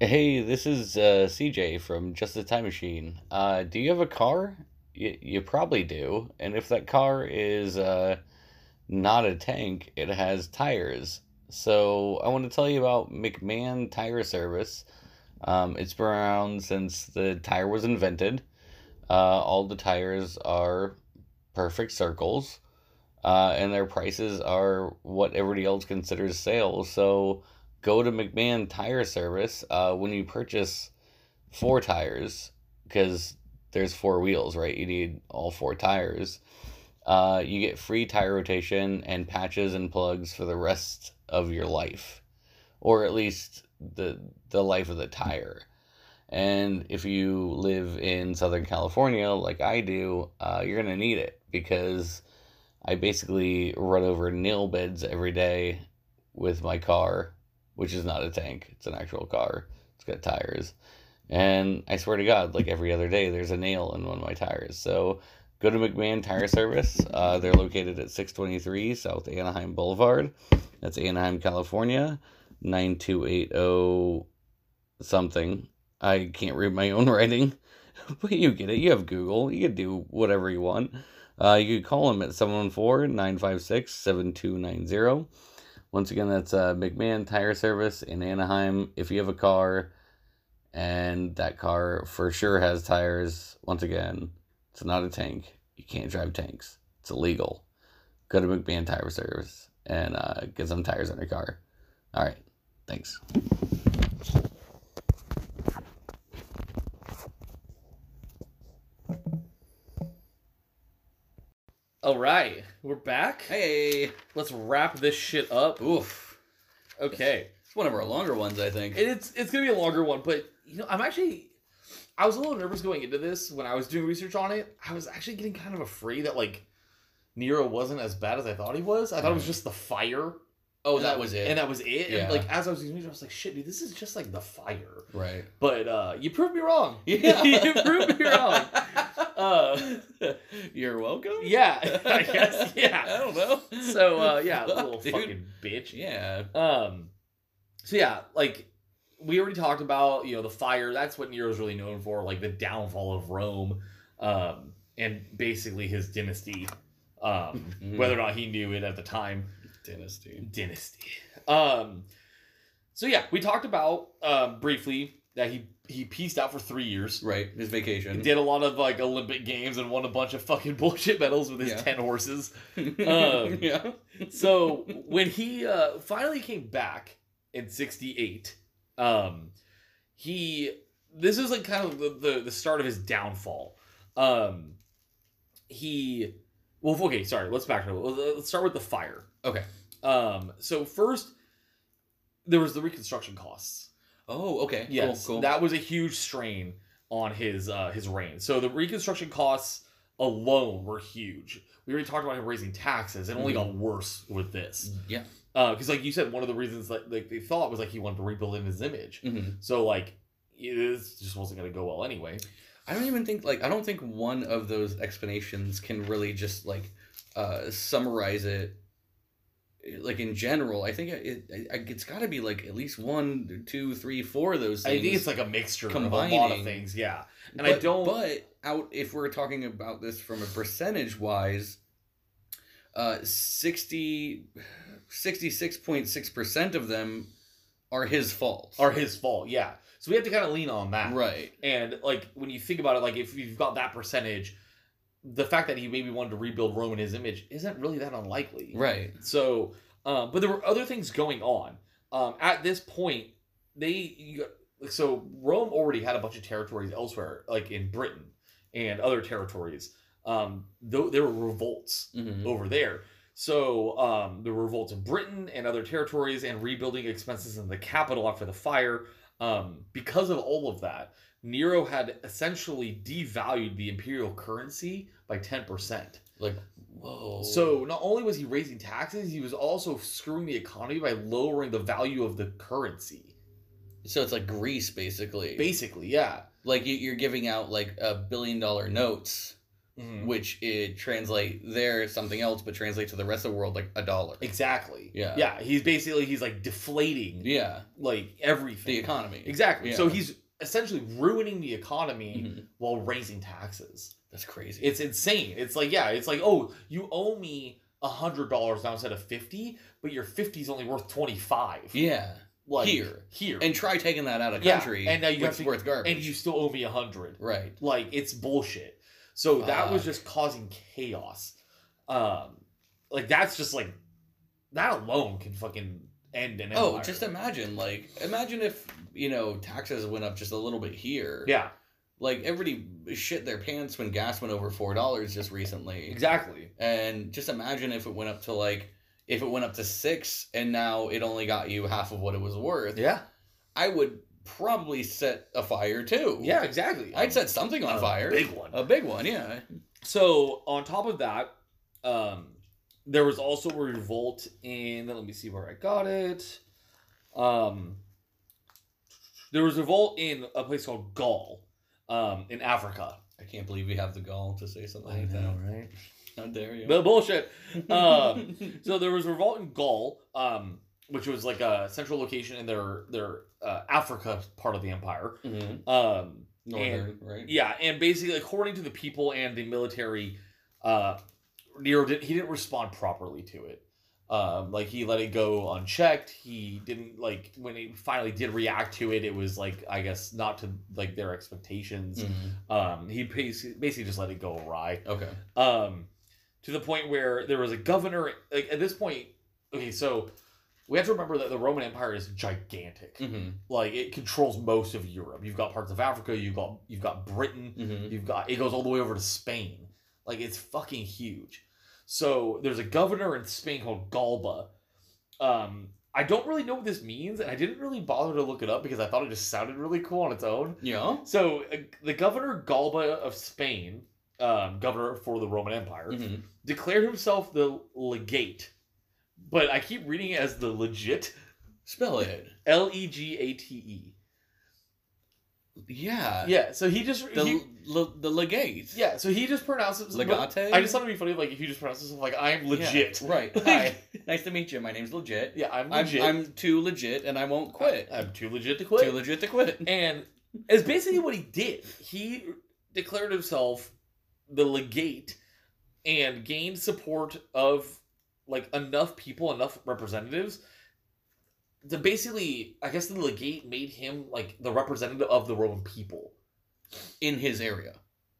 S1: hey, this is uh, CJ from Just the Time Machine. Uh, do you have a car? Y- you probably do. And if that car is uh, not a tank, it has tires. So I want to tell you about McMahon Tire Service. Um, it's been around since the tire was invented. Uh, all the tires are perfect circles uh, and their prices are what everybody else considers sales. So go to McMahon Tire Service uh, when you purchase four tires, because there's four wheels, right? You need all four tires. Uh, you get free tire rotation and patches and plugs for the rest of your life, or at least the the life of the tire. And if you live in Southern California, like I do, uh, you're gonna need it because I basically run over nail beds every day with my car, which is not a tank. It's an actual car. It's got tires. And I swear to God, like every other day, there's a nail in one of my tires. So go to McMahon Tire Service. Uh, they're located at 623 South Anaheim Boulevard. That's Anaheim, California, 9280 something. I can't read my own writing, but you get it. You have Google. You can do whatever you want. Uh, you can call him at 714 956 7290. Once again, that's uh, McMahon Tire Service in Anaheim. If you have a car and that car for sure has tires, once again, it's not a tank. You can't drive tanks, it's illegal. Go to McMahon Tire Service and uh, get some tires on your car. All right, thanks.
S2: all right, we're back.
S1: Hey,
S2: Let's wrap this shit up.
S1: oof.
S2: Okay.
S1: It's one of our longer ones, I think.
S2: And it's it's gonna be a longer one, but you know, I'm actually I was a little nervous going into this when I was doing research on it. I was actually getting kind of afraid that like Nero wasn't as bad as I thought he was. I thought it was
S1: Right.
S2: just the fire.
S1: Mm. Oh,
S2: and
S1: that was it.
S2: And that was it.
S1: Yeah.
S2: And like as I was doing research, I was like, shit, dude, this is just like the fire.
S1: right.
S2: But uh you proved me wrong.
S1: Yeah.
S2: you proved me wrong. Uh,
S1: You're welcome.
S2: yeah. I guess.
S1: I
S2: Yeah.
S1: don't know.
S2: So uh yeah,
S1: Fuck,
S2: little
S1: dude.
S2: fucking bitch.
S1: Yeah.
S2: Um, so yeah, like we already talked about, you know, the fire. That's what Nero's really known for, like the downfall of Rome, um, and basically his dynasty. Um,
S1: Mhm.
S2: whether or not he knew it at the time,
S1: dynasty.
S2: dynasty. Um, so yeah, we talked about um, briefly that he he pieced out for three years.
S1: Right. His vacation.
S2: Did a lot of like Olympic games and won a bunch of fucking bullshit medals with his
S1: Yeah.
S2: ten horses. Um,
S1: yeah.
S2: so when he uh, finally came back in 68 um he this is like kind of the, the the start of his downfall um he well okay sorry let's back up let's start with the fire
S1: Okay.
S2: um so first there was the reconstruction costs
S1: Oh, okay.
S2: Yes,
S1: Cool. cool.
S2: that was a huge strain on his uh, his reign. So the reconstruction costs alone were huge. We already talked about him raising taxes. It only
S1: Mm-hmm.
S2: got worse with this
S1: yeah.
S2: because, Uh, like you said, one of the reasons that like they thought was like he wanted to rebuild in his image.
S1: Mhm.
S2: So like this just wasn't going to go well anyway.
S1: I don't even think like I don't think one of those explanations can really just like uh summarize it like in general. I think it, it it's got to be like at least one, two, three, four of those things.
S2: I think it's like a mixture of a lot
S1: combining.
S2: of things. Yeah, and
S1: but,
S2: I don't.
S1: But out if we're talking about this from a percentage wise, uh, 60, 66.6 percent of them are his fault.
S2: are his fault. Yeah, so we have to kind of lean on that.
S1: right.
S2: And like when you think about it, like if you've got that percentage, the fact that he maybe wanted to rebuild Rome in his image isn't really that unlikely.
S1: Right.
S2: So, um, but there were other things going on. Um, at this point, they you got, so Rome already had a bunch of territories elsewhere, like in Britain and other territories. Um, though there were revolts
S1: Mhm.
S2: over there. So um, the revolts in Britain and other territories and rebuilding expenses in the capital after the fire. Um, because of all of that, Nero had essentially devalued the imperial currency by 10%.
S1: Like whoa.
S2: So not only was he raising taxes, he was also screwing the economy by lowering the value of the currency.
S1: so it's like Greece basically.
S2: Basically, yeah.
S1: like you, you're giving out like a billion dollar notes,
S2: Mm-hmm.
S1: which it translate there is something else, but translate to the rest of the world like a dollar.
S2: Exactly.
S1: Yeah.
S2: Yeah. He's basically he's like deflating
S1: Yeah.
S2: like
S1: The
S2: everything.
S1: economy.
S2: Exactly.
S1: Yeah.
S2: So he's essentially ruining the economy
S1: Mhm.
S2: while raising taxes.
S1: That's crazy.
S2: It's insane. It's like, yeah, it's like, oh, you owe me a hundred dollars now instead of fifty, but your fifty is only worth twenty five.
S1: yeah.
S2: Like
S1: Here.
S2: Here.
S1: And try taking that out of
S2: Yeah,
S1: country.
S2: and now you
S1: which
S2: have
S1: is
S2: to-
S1: worth garbage.
S2: and you still owe me a hundred.
S1: right.
S2: Like it's bullshit. So that was
S1: Fuck.
S2: just causing chaos. Um like that's just like that alone can fucking end an
S1: Oh,
S2: empire.
S1: just imagine, like, imagine if you know taxes went up just a little bit here.
S2: Yeah,
S1: Like everybody shit their pants when gas went over four dollars just recently.
S2: exactly.
S1: And just imagine if it went up to like if it went up to six and now it only got you half of what it was worth.
S2: Yeah.
S1: I would probably set a fire too.
S2: Yeah, exactly.
S1: I'd set something on
S2: A
S1: fire.
S2: Big one.
S1: A big one, yeah.
S2: So on top of that, um, there was also a revolt in. Let me see where I got it. Um, there was a revolt in a place called Gaul, um, in Africa.
S1: I can't believe we have the gall to say something like that.
S2: right?
S1: How dare you?
S2: The bullshit. Um, So there was a revolt in Gaul, um, which was like a central location in their their uh, Africa part of the empire.
S1: Mhm.
S2: Um,
S1: Northern, right?
S2: Yeah, and basically, according to the people and the military, uh, Nero did he didn't respond properly to it. Um, like he let it go unchecked. He didn't like when he finally did react to it. It was like I guess not to like their expectations.
S1: Mhm.
S2: Um, he basi- basically just let it go awry.
S1: Okay.
S2: Um, to the point where there was a governor. Like at this point, okay, so we have to remember that the Roman Empire is gigantic.
S1: hmm
S2: Like it controls most of Europe. You've got parts of Africa. You've got you've got Britain.
S1: hmm
S2: You've got it goes all the way over to Spain. Like it's fucking huge. So there's a governor in Spain called Galba. Um, I don't really know what this means, and I didn't really bother to look it up because I thought it just sounded really cool on its own.
S1: Yeah.
S2: So uh, the governor Galba of Spain, um, governor for the Roman Empire,
S1: Mhm.
S2: declared himself the legate, but I keep reading it as the legit
S1: Spell it.
S2: L E G A T E.
S1: Yeah.
S2: Yeah, so he just
S1: Uh, The
S2: he-
S1: le- the legate.
S2: yeah, so he just pronounced himself. but
S1: Legate.
S2: I just thought it'd be funny, like if you just pronounce himself like I'm
S1: Yeah,
S2: legit.
S1: right.
S2: Like-
S1: Hi. Nice to meet you. My name's legit.
S2: Yeah, I'm
S1: I'm,
S2: legit. Uh,
S1: I'm too legit, and I won't quit.
S2: I- I'm too legit to quit.
S1: Too legit to quit.
S2: and it's basically what he did. He declared himself the legate and gained support of like enough people, enough representatives to basically, I guess the legate made him like the representative of the Roman people.
S1: in his area.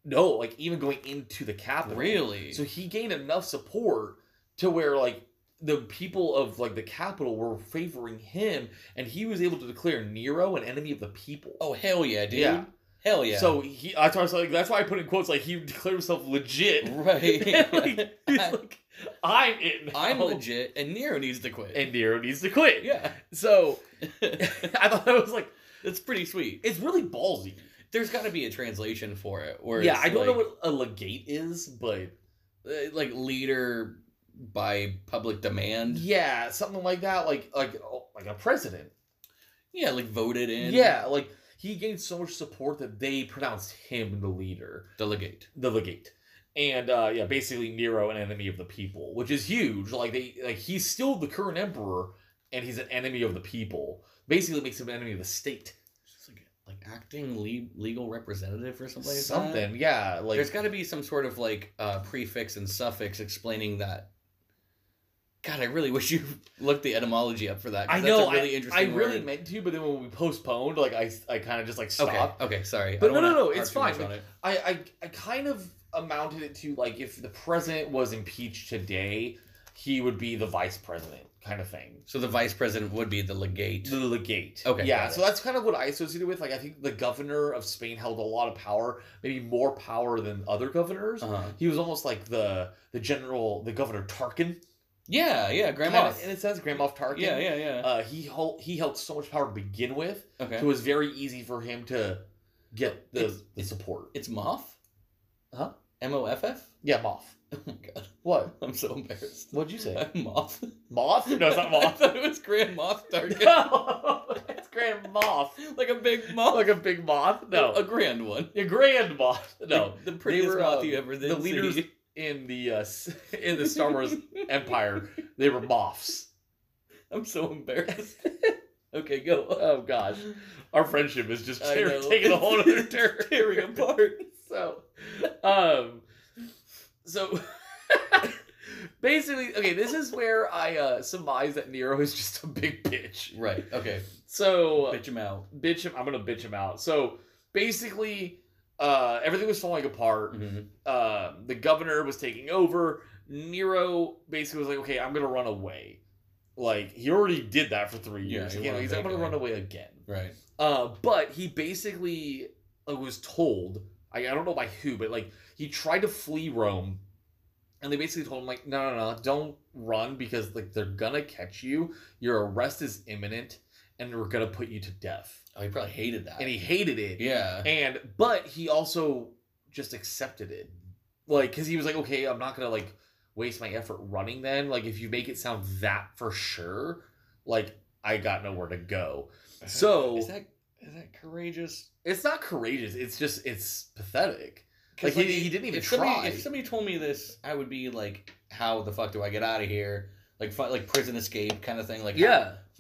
S2: No, like even going into the capital.
S1: Really?
S2: So he gained enough support to where like the people of like the capital were favoring him, and he was able to declare Nero an enemy of the people.
S1: oh hell yeah, dude.
S2: Yeah.
S1: Hell yeah.
S2: So he, that's why I was like, that's why I put in quotes like he declared himself legit.
S1: right.
S2: like, he's like, I'm it. now."
S1: I'm legit, and Nero needs to quit.
S2: Oh. And Nero needs to quit.
S1: yeah,
S2: So I thought that was like,
S1: it's pretty sweet.
S2: it's really ballsy.
S1: There's got to be a translation for it. Where
S2: yeah,
S1: it's
S2: I don't know
S1: like-
S2: what a legate is, but
S1: uh, like leader by public demand. Yeah,
S2: yeah, something like that, like like oh, like a president.
S1: like voted in.
S2: yeah, like he gained so much support that they pronounced him the leader,
S1: delegate.
S2: the legate. And uh, yeah, basically Nero an enemy of the people, which is huge. Like they like he's still the current emperor, and he's an enemy of the people. Basically, makes him an enemy of the state.
S1: It's like, like acting le- legal representative or something. Like That.
S2: Something, yeah. Like
S1: There's got to be some sort of like uh, prefix and suffix explaining that. God, I really wish you looked the etymology up for that. 'cause
S2: I know.
S1: that's a really
S2: I,
S1: interesting.
S2: I really
S1: word.
S2: meant to, but then when we postponed, like I I kind of just like stopped.
S1: Okay. Okay. Sorry.
S2: But
S1: I don't
S2: no, no,
S1: wanna
S2: no, it's
S1: harp too
S2: fine.
S1: much on it.
S2: I, I I kind of amounted it to like if the president was impeached today, he would be the vice president kind of thing.
S1: So the vice president would be the legate.
S2: The legate.
S1: Okay,
S2: Yeah.
S1: got it.
S2: So that's kind of what I associated with. Like I think the governor of Spain held a lot of power, maybe more power than other governors.
S1: Uh-huh.
S2: He was almost like the the general, the governor Tarkin.
S1: Yeah. Yeah.
S2: Grandma,
S1: Grandma.
S2: in a sense, Grand Moff Tarkin.
S1: Yeah. Yeah. Yeah.
S2: Uh, he held he held so much power Uh, to begin with.
S1: okay.
S2: So it was very easy for him to get the,
S1: It's-
S2: the support.
S1: It's Moff.
S2: Huh?
S1: M O F F.
S2: Yeah, Moff.
S1: Oh my god.
S2: What?
S1: I'm so embarrassed.
S2: What'd you say?
S1: I'm Moff.
S2: Moth? No, it's not
S1: I
S2: Moth.
S1: thought it was Grand Moff Tarkin.
S2: no, it's Grand Moth.
S1: like a big moth.
S2: Like a big moth? No.
S1: A grand one.
S2: a grand moth. No.
S1: Like the prettiest
S2: were,
S1: moth
S2: um,
S1: you ever did.
S2: the leaders
S1: see.
S2: In the uh, s- in the Star Wars Empire, they were moths.
S1: I'm so embarrassed. okay, go.
S2: Oh gosh, our friendship is just
S1: I know.
S2: taking a whole other
S1: It's
S2: turn.
S1: Tearing apart.
S2: So, um, so basically, okay, this is where I uh, surmise that Nero is just a big bitch.
S1: Right. Okay.
S2: So uh,
S1: Bitch him out.
S2: bitch him. I'm gonna bitch him out. So basically, uh, everything was falling apart.
S1: Mhm.
S2: Uh, the governor was taking over. Nero basically was like, "Okay, I'm gonna run away." Like he already did that for three
S1: Yeah,
S2: years.
S1: he
S2: You know,
S1: went
S2: he's like, "I'm gonna
S1: away.
S2: run away again."
S1: Right.
S2: Uh, but he basically uh, was told, I, I don't know by who, but like he tried to flee Rome, and they basically told him like, no, no, no, don't run because like they're gonna catch you. Your arrest is imminent, and we're gonna put you to death.
S1: Oh, he probably hated that.
S2: And he hated it.
S1: yeah.
S2: And but he also just accepted it, like because he was like, okay, I'm not gonna like waste my effort running. Then like if you make it sound that for sure, like I got nowhere to go. So-
S1: is that is that courageous?
S2: It's not courageous. It's just it's pathetic.
S1: 'Cause,
S2: Like, he- he didn't even
S1: if somebody-
S2: try.
S1: if somebody told me this, I would be like, "How the fuck do I get out of here?" Like, fu- like prison escape kind of thing. Like,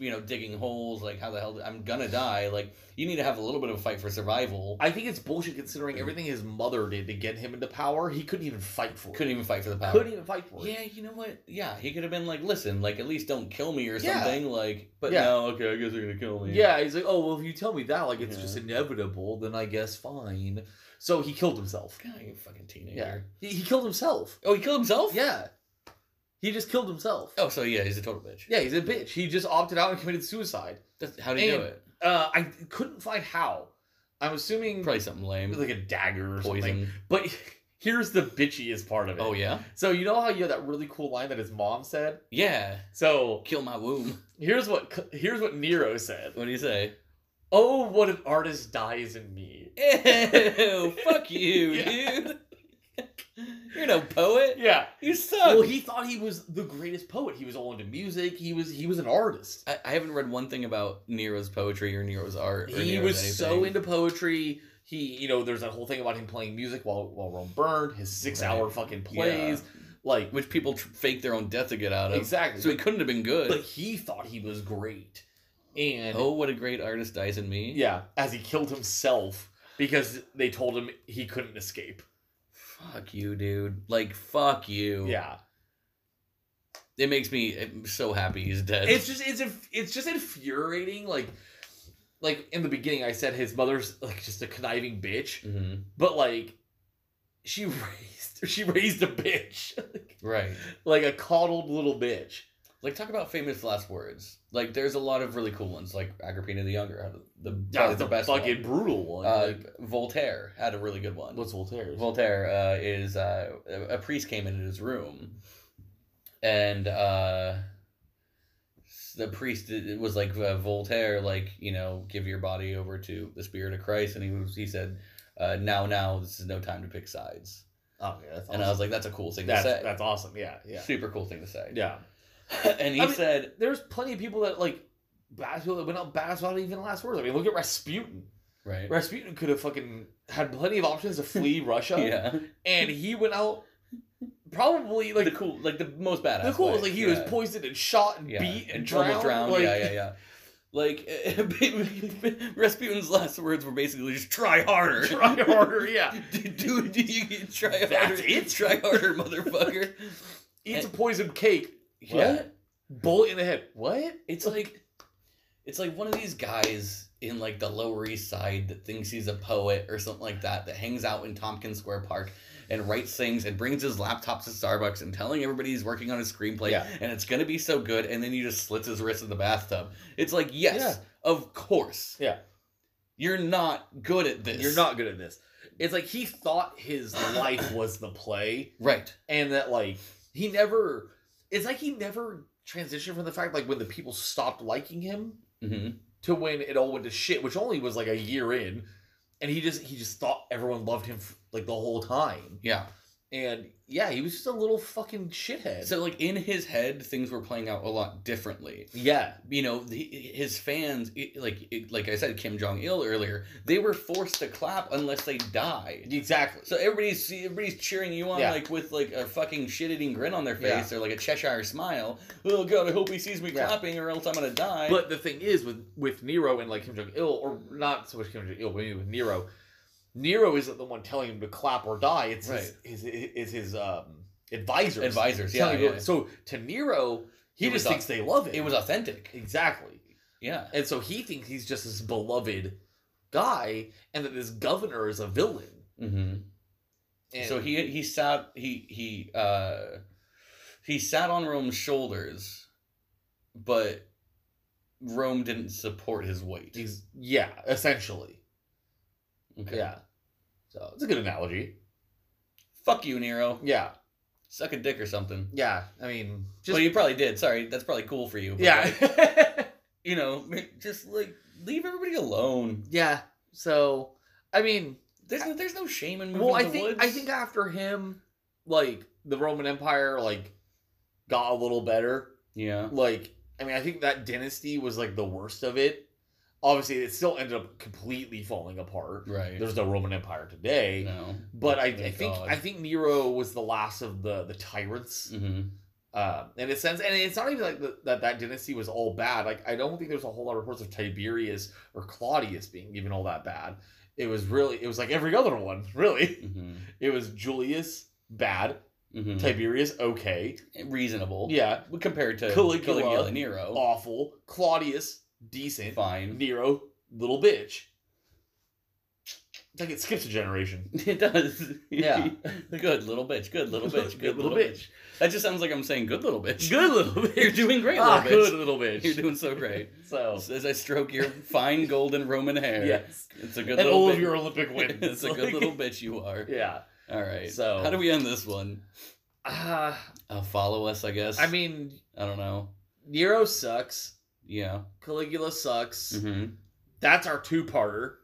S1: you know, digging holes. Like, how the hell? I'm gonna die. Like, you need to have a little bit of a fight for survival.
S2: I think it's bullshit considering
S1: Mm-hmm.
S2: everything his mother did to get him into power. He couldn't even fight for
S1: couldn't even fight for the
S2: it.
S1: power.
S2: Couldn't even fight for it.
S1: yeah, you know what? Yeah, he could have been like, "Listen, like at least don't kill me or
S2: Yeah.
S1: something." Like, but
S2: Yeah.
S1: no, okay, I guess they're gonna kill me.
S2: Yeah, he's like, oh well, if you tell me that, like it's just
S1: Yeah.
S2: inevitable, then I guess fine. So he killed himself.
S1: God, you fucking teenager.
S2: Yeah, he, he killed himself.
S1: Oh, he killed himself.
S2: Yeah, he just killed himself.
S1: Oh, so yeah, he's a total bitch.
S2: Yeah, he's a bitch. He just opted out and committed suicide.
S1: That's, how do you do
S2: And-
S1: it?
S2: Uh, I couldn't find how. I'm assuming
S1: Probably something lame.
S2: like a dagger or something.
S1: Poison.
S2: But Here's the bitchiest part of it.
S1: Oh yeah,
S2: So you know how you have that really cool line that his mom said?
S1: yeah.
S2: So
S1: Kill my womb.
S2: here's what here's what Nero said.
S1: What do you say?
S2: Oh, what an artist dies in me.
S1: Ew! fuck you,
S2: Yeah.
S1: dude. You're no poet.
S2: Yeah.
S1: You suck.
S2: Well, he thought he was the greatest poet. He was all into music. He was he was an artist.
S1: I, I haven't read one thing about Nero's poetry or Nero's art. Or
S2: He
S1: Nero's
S2: was so
S1: anything.
S2: into poetry. He, you know, there's that whole thing about him playing music while while Rome burned. His six hour
S1: Right.
S2: fucking
S1: Yeah.
S2: plays, like
S1: which people tr- fake their own death to get out of.
S2: exactly.
S1: So he couldn't have been good.
S2: but he thought he was great, and
S1: oh, what a great artist dies in me.
S2: yeah, as he killed himself because they told him he couldn't escape.
S1: Fuck you, dude. Like, fuck you.
S2: Yeah,
S1: It makes me I'm so happy he's dead.
S2: it's just it's inf- it's just infuriating. Like, like in the beginning, I said his mother's like just a conniving bitch,
S1: Mhm.
S2: but like she raised she raised a bitch,
S1: Right.
S2: like a coddled little bitch.
S1: Like, talk about famous last words. Like, there's a lot of really cool ones. Like, Agrippina the Younger had the,
S2: Yeah,
S1: probably
S2: it's
S1: the
S2: a
S1: best one.
S2: fucking brutal one.
S1: Uh,
S2: Like,
S1: Voltaire had a really good one.
S2: what's Voltaire's?
S1: Voltaire uh, is uh, a priest came into his room, and uh, the priest it was like uh, Voltaire, like you know, give your body over to the spirit of Christ, and he was he said, uh, now now this is no time to pick sides,
S2: oh yeah, that's awesome.
S1: and I was like, that's a cool thing
S2: that's,
S1: to say,
S2: that's awesome. Yeah, yeah,
S1: super cool thing to say,
S2: yeah.
S1: and he
S2: I mean-
S1: said,
S2: There's plenty of people that like bad people that went out bad without even last words. I mean, look at Rasputin.
S1: right,
S2: Rasputin could have fucking had plenty of options to flee Russia,
S1: yeah,
S2: and he went out probably like
S1: the cool, like the most badass,
S2: the coolest.
S1: way.
S2: Like he
S1: Yeah.
S2: was poisoned and shot and
S1: yeah.
S2: beat and drowned.
S1: almost drowned.
S2: Like,
S1: yeah, yeah, yeah. Like Rasputin's last words were basically just try harder.
S2: Try harder, yeah.
S1: Dude, you can try harder.
S2: That's it?
S1: Try harder, motherfucker.
S2: Eats a poisoned cake.
S1: Yeah.
S2: What? Bullet in the head. What?
S1: It's like it's like one of these guys in like the Lower East Side that thinks he's a poet or something like that that hangs out in Tompkins Square Park and writes things and brings his laptop to Starbucks and telling everybody he's working on a screenplay
S2: Yeah.
S1: and it's gonna be so good and then he just slits his wrist in the bathtub. It's like yes, of course.
S2: Yeah.
S1: You're not good at this.
S2: You're not good at this. It's like he thought his life was the play,
S1: right.
S2: and that like he never. It's like he never transitioned from the fact like when the people stopped liking him
S1: hmm
S2: to when it all went to shit, which only was like a year in, and he just he just thought everyone loved him f- like the whole time,
S1: Yeah.
S2: and yeah, he was just a little fucking shithead.
S1: So like in his head, things were playing out a lot differently.
S2: yeah,
S1: you know the, his fans it- like it, like i said kim jong-il earlier they were forced to clap unless they died
S2: exactly.
S1: so everybody's everybody's cheering you on
S2: Yeah.
S1: like with like a fucking shit-eating grin on their
S2: Yeah.
S1: face or like a cheshire smile oh god i hope he sees me
S2: Yeah.
S1: clapping or else i'm gonna die
S2: But the thing is, with with Nero and like Kim Jong Il, or not so much Kim Jong Il, but maybe with Nero, Nero isn't the one telling him to clap or die. It's his, his is his um advisors.
S1: advisors yeah,
S2: telling him-
S1: yeah.
S2: So to Nero, he
S1: It was
S2: just thinks they love it.
S1: it was authentic
S2: exactly,
S1: yeah
S2: and so he thinks he's just this beloved guy, and that this governor is a villain.
S1: mm-hmm.
S2: And
S1: so he he sat he he uh he sat on rome's shoulders but rome didn't support his weight
S2: he's yeah, essentially,
S1: okay
S2: yeah. So it's a good analogy.
S1: fuck you nero
S2: Yeah,
S1: suck a dick or something.
S2: yeah. I mean, just
S1: well, you probably did. Sorry, that's probably cool for you. but,
S2: yeah.
S1: like, you know, just like leave everybody alone.
S2: Yeah. So I mean,
S1: There's no, there's no shame in moving
S2: well, I
S1: to the
S2: think
S1: woods.
S2: I think after him, like the Roman Empire, like got a little better.
S1: yeah,
S2: Like I mean, I think that dynasty was like the worst of it. Obviously, it still ended up completely falling apart.
S1: right.
S2: There's no Roman Empire today,
S1: no,
S2: but I, I
S1: Thank
S2: think
S1: Oh God.
S2: I think Nero was the last of the the tyrants.
S1: hmm
S2: Um, in a sense, and it's not even like the, that that dynasty was all bad. Like I don't think there's a whole lot of reports of Tiberius or Claudius being even all that bad. It was really it was like every other one. Really,
S1: hmm
S2: it was Julius bad,
S1: hmm
S2: Tiberius okay,
S1: reasonable.
S2: yeah,
S1: compared to
S2: Caligula.
S1: Caligula and Nero,
S2: awful, Claudius decent,
S1: fine.
S2: Nero little bitch. It's like it skips a generation.
S1: It does.
S2: Yeah.
S1: good little bitch. Good little bitch. Good, little, bitch. That just sounds like I'm saying good little bitch.
S2: good little bitch.
S1: You're doing great,
S2: ah,
S1: little bitch.
S2: good little bitch. Oh.
S1: You're doing so great.
S2: so
S1: As I stroke your fine golden Roman hair,
S2: yes,
S1: it's a good
S2: and
S1: little
S2: all
S1: bitch.
S2: of your Olympic wins.
S1: it's a
S2: Like-
S1: good little bitch you are.
S2: Yeah.
S1: All right.
S2: So-
S1: how do we end this one?
S2: Uh,
S1: Uh, follow us, I guess.
S2: I mean,
S1: I don't know.
S2: Nero sucks.
S1: Yeah.
S2: Caligula sucks.
S1: hmm
S2: That's our two-parter.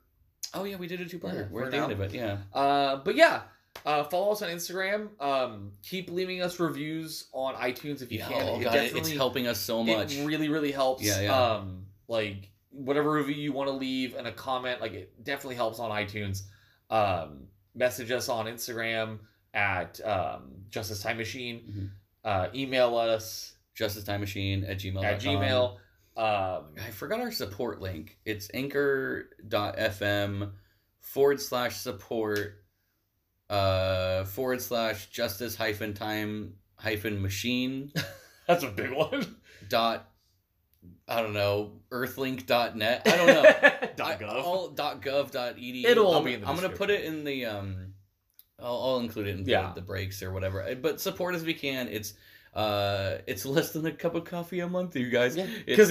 S1: Oh yeah, we did a two-parter.
S2: Yeah,
S1: We're
S2: for
S1: at the end
S2: now.
S1: of it. Yeah.
S2: Uh, but yeah, uh, follow us on Instagram. Um, keep leaving us reviews on iTunes if you
S1: Yeah.
S2: can.
S1: Oh
S2: It
S1: god, it- it's
S2: definitely-
S1: helping us so much.
S2: It really, really helps.
S1: Yeah, yeah.
S2: Um, like whatever review you want to leave and a comment, like it definitely helps on iTunes. Um, message us on Instagram at um, Justice Time Machine.
S1: Mhm.
S2: Uh, email us
S1: Justice Time Machine at gmail.
S2: at Gmail. Um,
S1: I forgot our support link. It's anchor.fm forward slash support uh forward slash justice hyphen time hyphen machine
S2: that's a big one.
S1: dot I don't know, earthlink.net. I don't know.
S2: Dot
S1: I-
S2: gov.
S1: all dot gov dot edu.
S2: It'll all
S1: I'm,
S2: be in the
S1: I'm gonna put it
S2: description.
S1: in the um. I'll, I'll include it in
S2: Yeah.
S1: the, the breaks or whatever. Uh, But support as we can. It's uh, it's less than a cup of coffee a month, you guys.
S2: because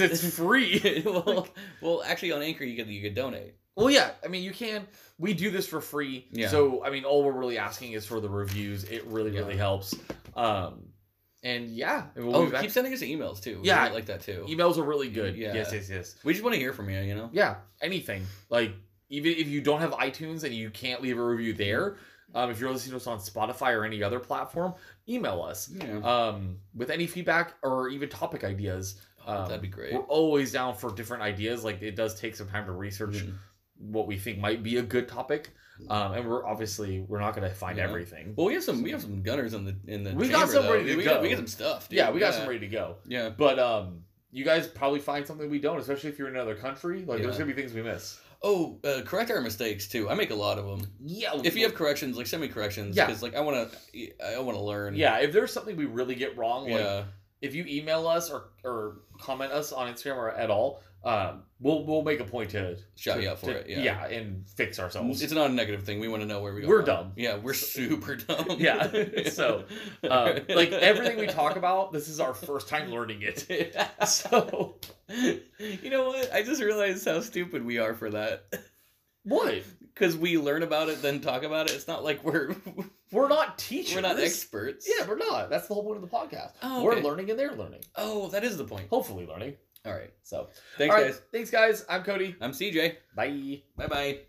S2: it's free.
S1: well, well, actually, on Anchor, you could you could donate.
S2: Well, yeah. I mean, you can. We do this for free.
S1: Yeah.
S2: So, I mean, all we're really asking is for the reviews. It really,
S1: Yeah.
S2: really helps. Um, and yeah, and we'll
S1: oh,
S2: be back.
S1: keep sending us emails too. We
S2: Yeah.
S1: really like that too.
S2: Emails are really good.
S1: Yeah.
S2: Yes, yes, yes.
S1: we just want to hear from you. You know.
S2: Yeah. Anything like even if you don't have iTunes and you can't leave a review
S1: Mm-hmm.
S2: there, um, if you're listening to us on Spotify or any other platform, email us
S1: Yeah.
S2: um, with any feedback or even topic ideas.
S1: Oh,
S2: Um,
S1: that'd be great.
S2: We're always down for different ideas. Like it does take some time to research
S1: Mhm.
S2: what we think might be a good topic. Um, and we're obviously we're not going to find
S1: Yeah.
S2: everything.
S1: Well, we have some we have some gunners in the in the.
S2: We got
S1: chamber,
S2: some
S1: though.
S2: ready to
S1: we Got,
S2: go.
S1: we got some stuff. Dude.
S2: yeah, we got some ready to go.
S1: Yeah.
S2: But um, you guys probably find something we don't, especially if you're in another country. Like there's
S1: Yeah.
S2: going to be things we miss.
S1: Oh, uh, correct our mistakes too. I make a lot of them.
S2: Yeah.
S1: if you have corrections, like send me corrections,
S2: Yeah.
S1: because like I want to, I want to learn. uh,
S2: yeah, if there's something we really get wrong, like
S1: yeah,
S2: if you email us or or comment us on Instagram or at all, um, we'll we'll make a point to
S1: shout
S2: to-
S1: you out for
S2: to-
S1: it. Yeah,
S2: and fix ourselves.
S1: It's not a negative thing. We want to know where we go.
S2: We're
S1: wrong.
S2: dumb.
S1: Yeah, we're super dumb.
S2: Yeah, so, um, like everything we talk about, this is our first time learning it. So
S1: you know what? I just realized how stupid we are for that.
S2: what?
S1: Because we learn about it, then talk about it. It's not like we're
S2: We're not teachers.
S1: we're not experts.
S2: Yeah, we're not. That's the whole point of the podcast.
S1: Oh,
S2: We're
S1: okay.
S2: learning and they're learning.
S1: Oh, that is the point.
S2: Hopefully learning.
S1: All right.
S2: So
S1: Thanks,
S2: all right.
S1: guys.
S2: Thanks guys. I'm Cody.
S1: I'm CJ.
S2: Bye.
S1: Bye bye.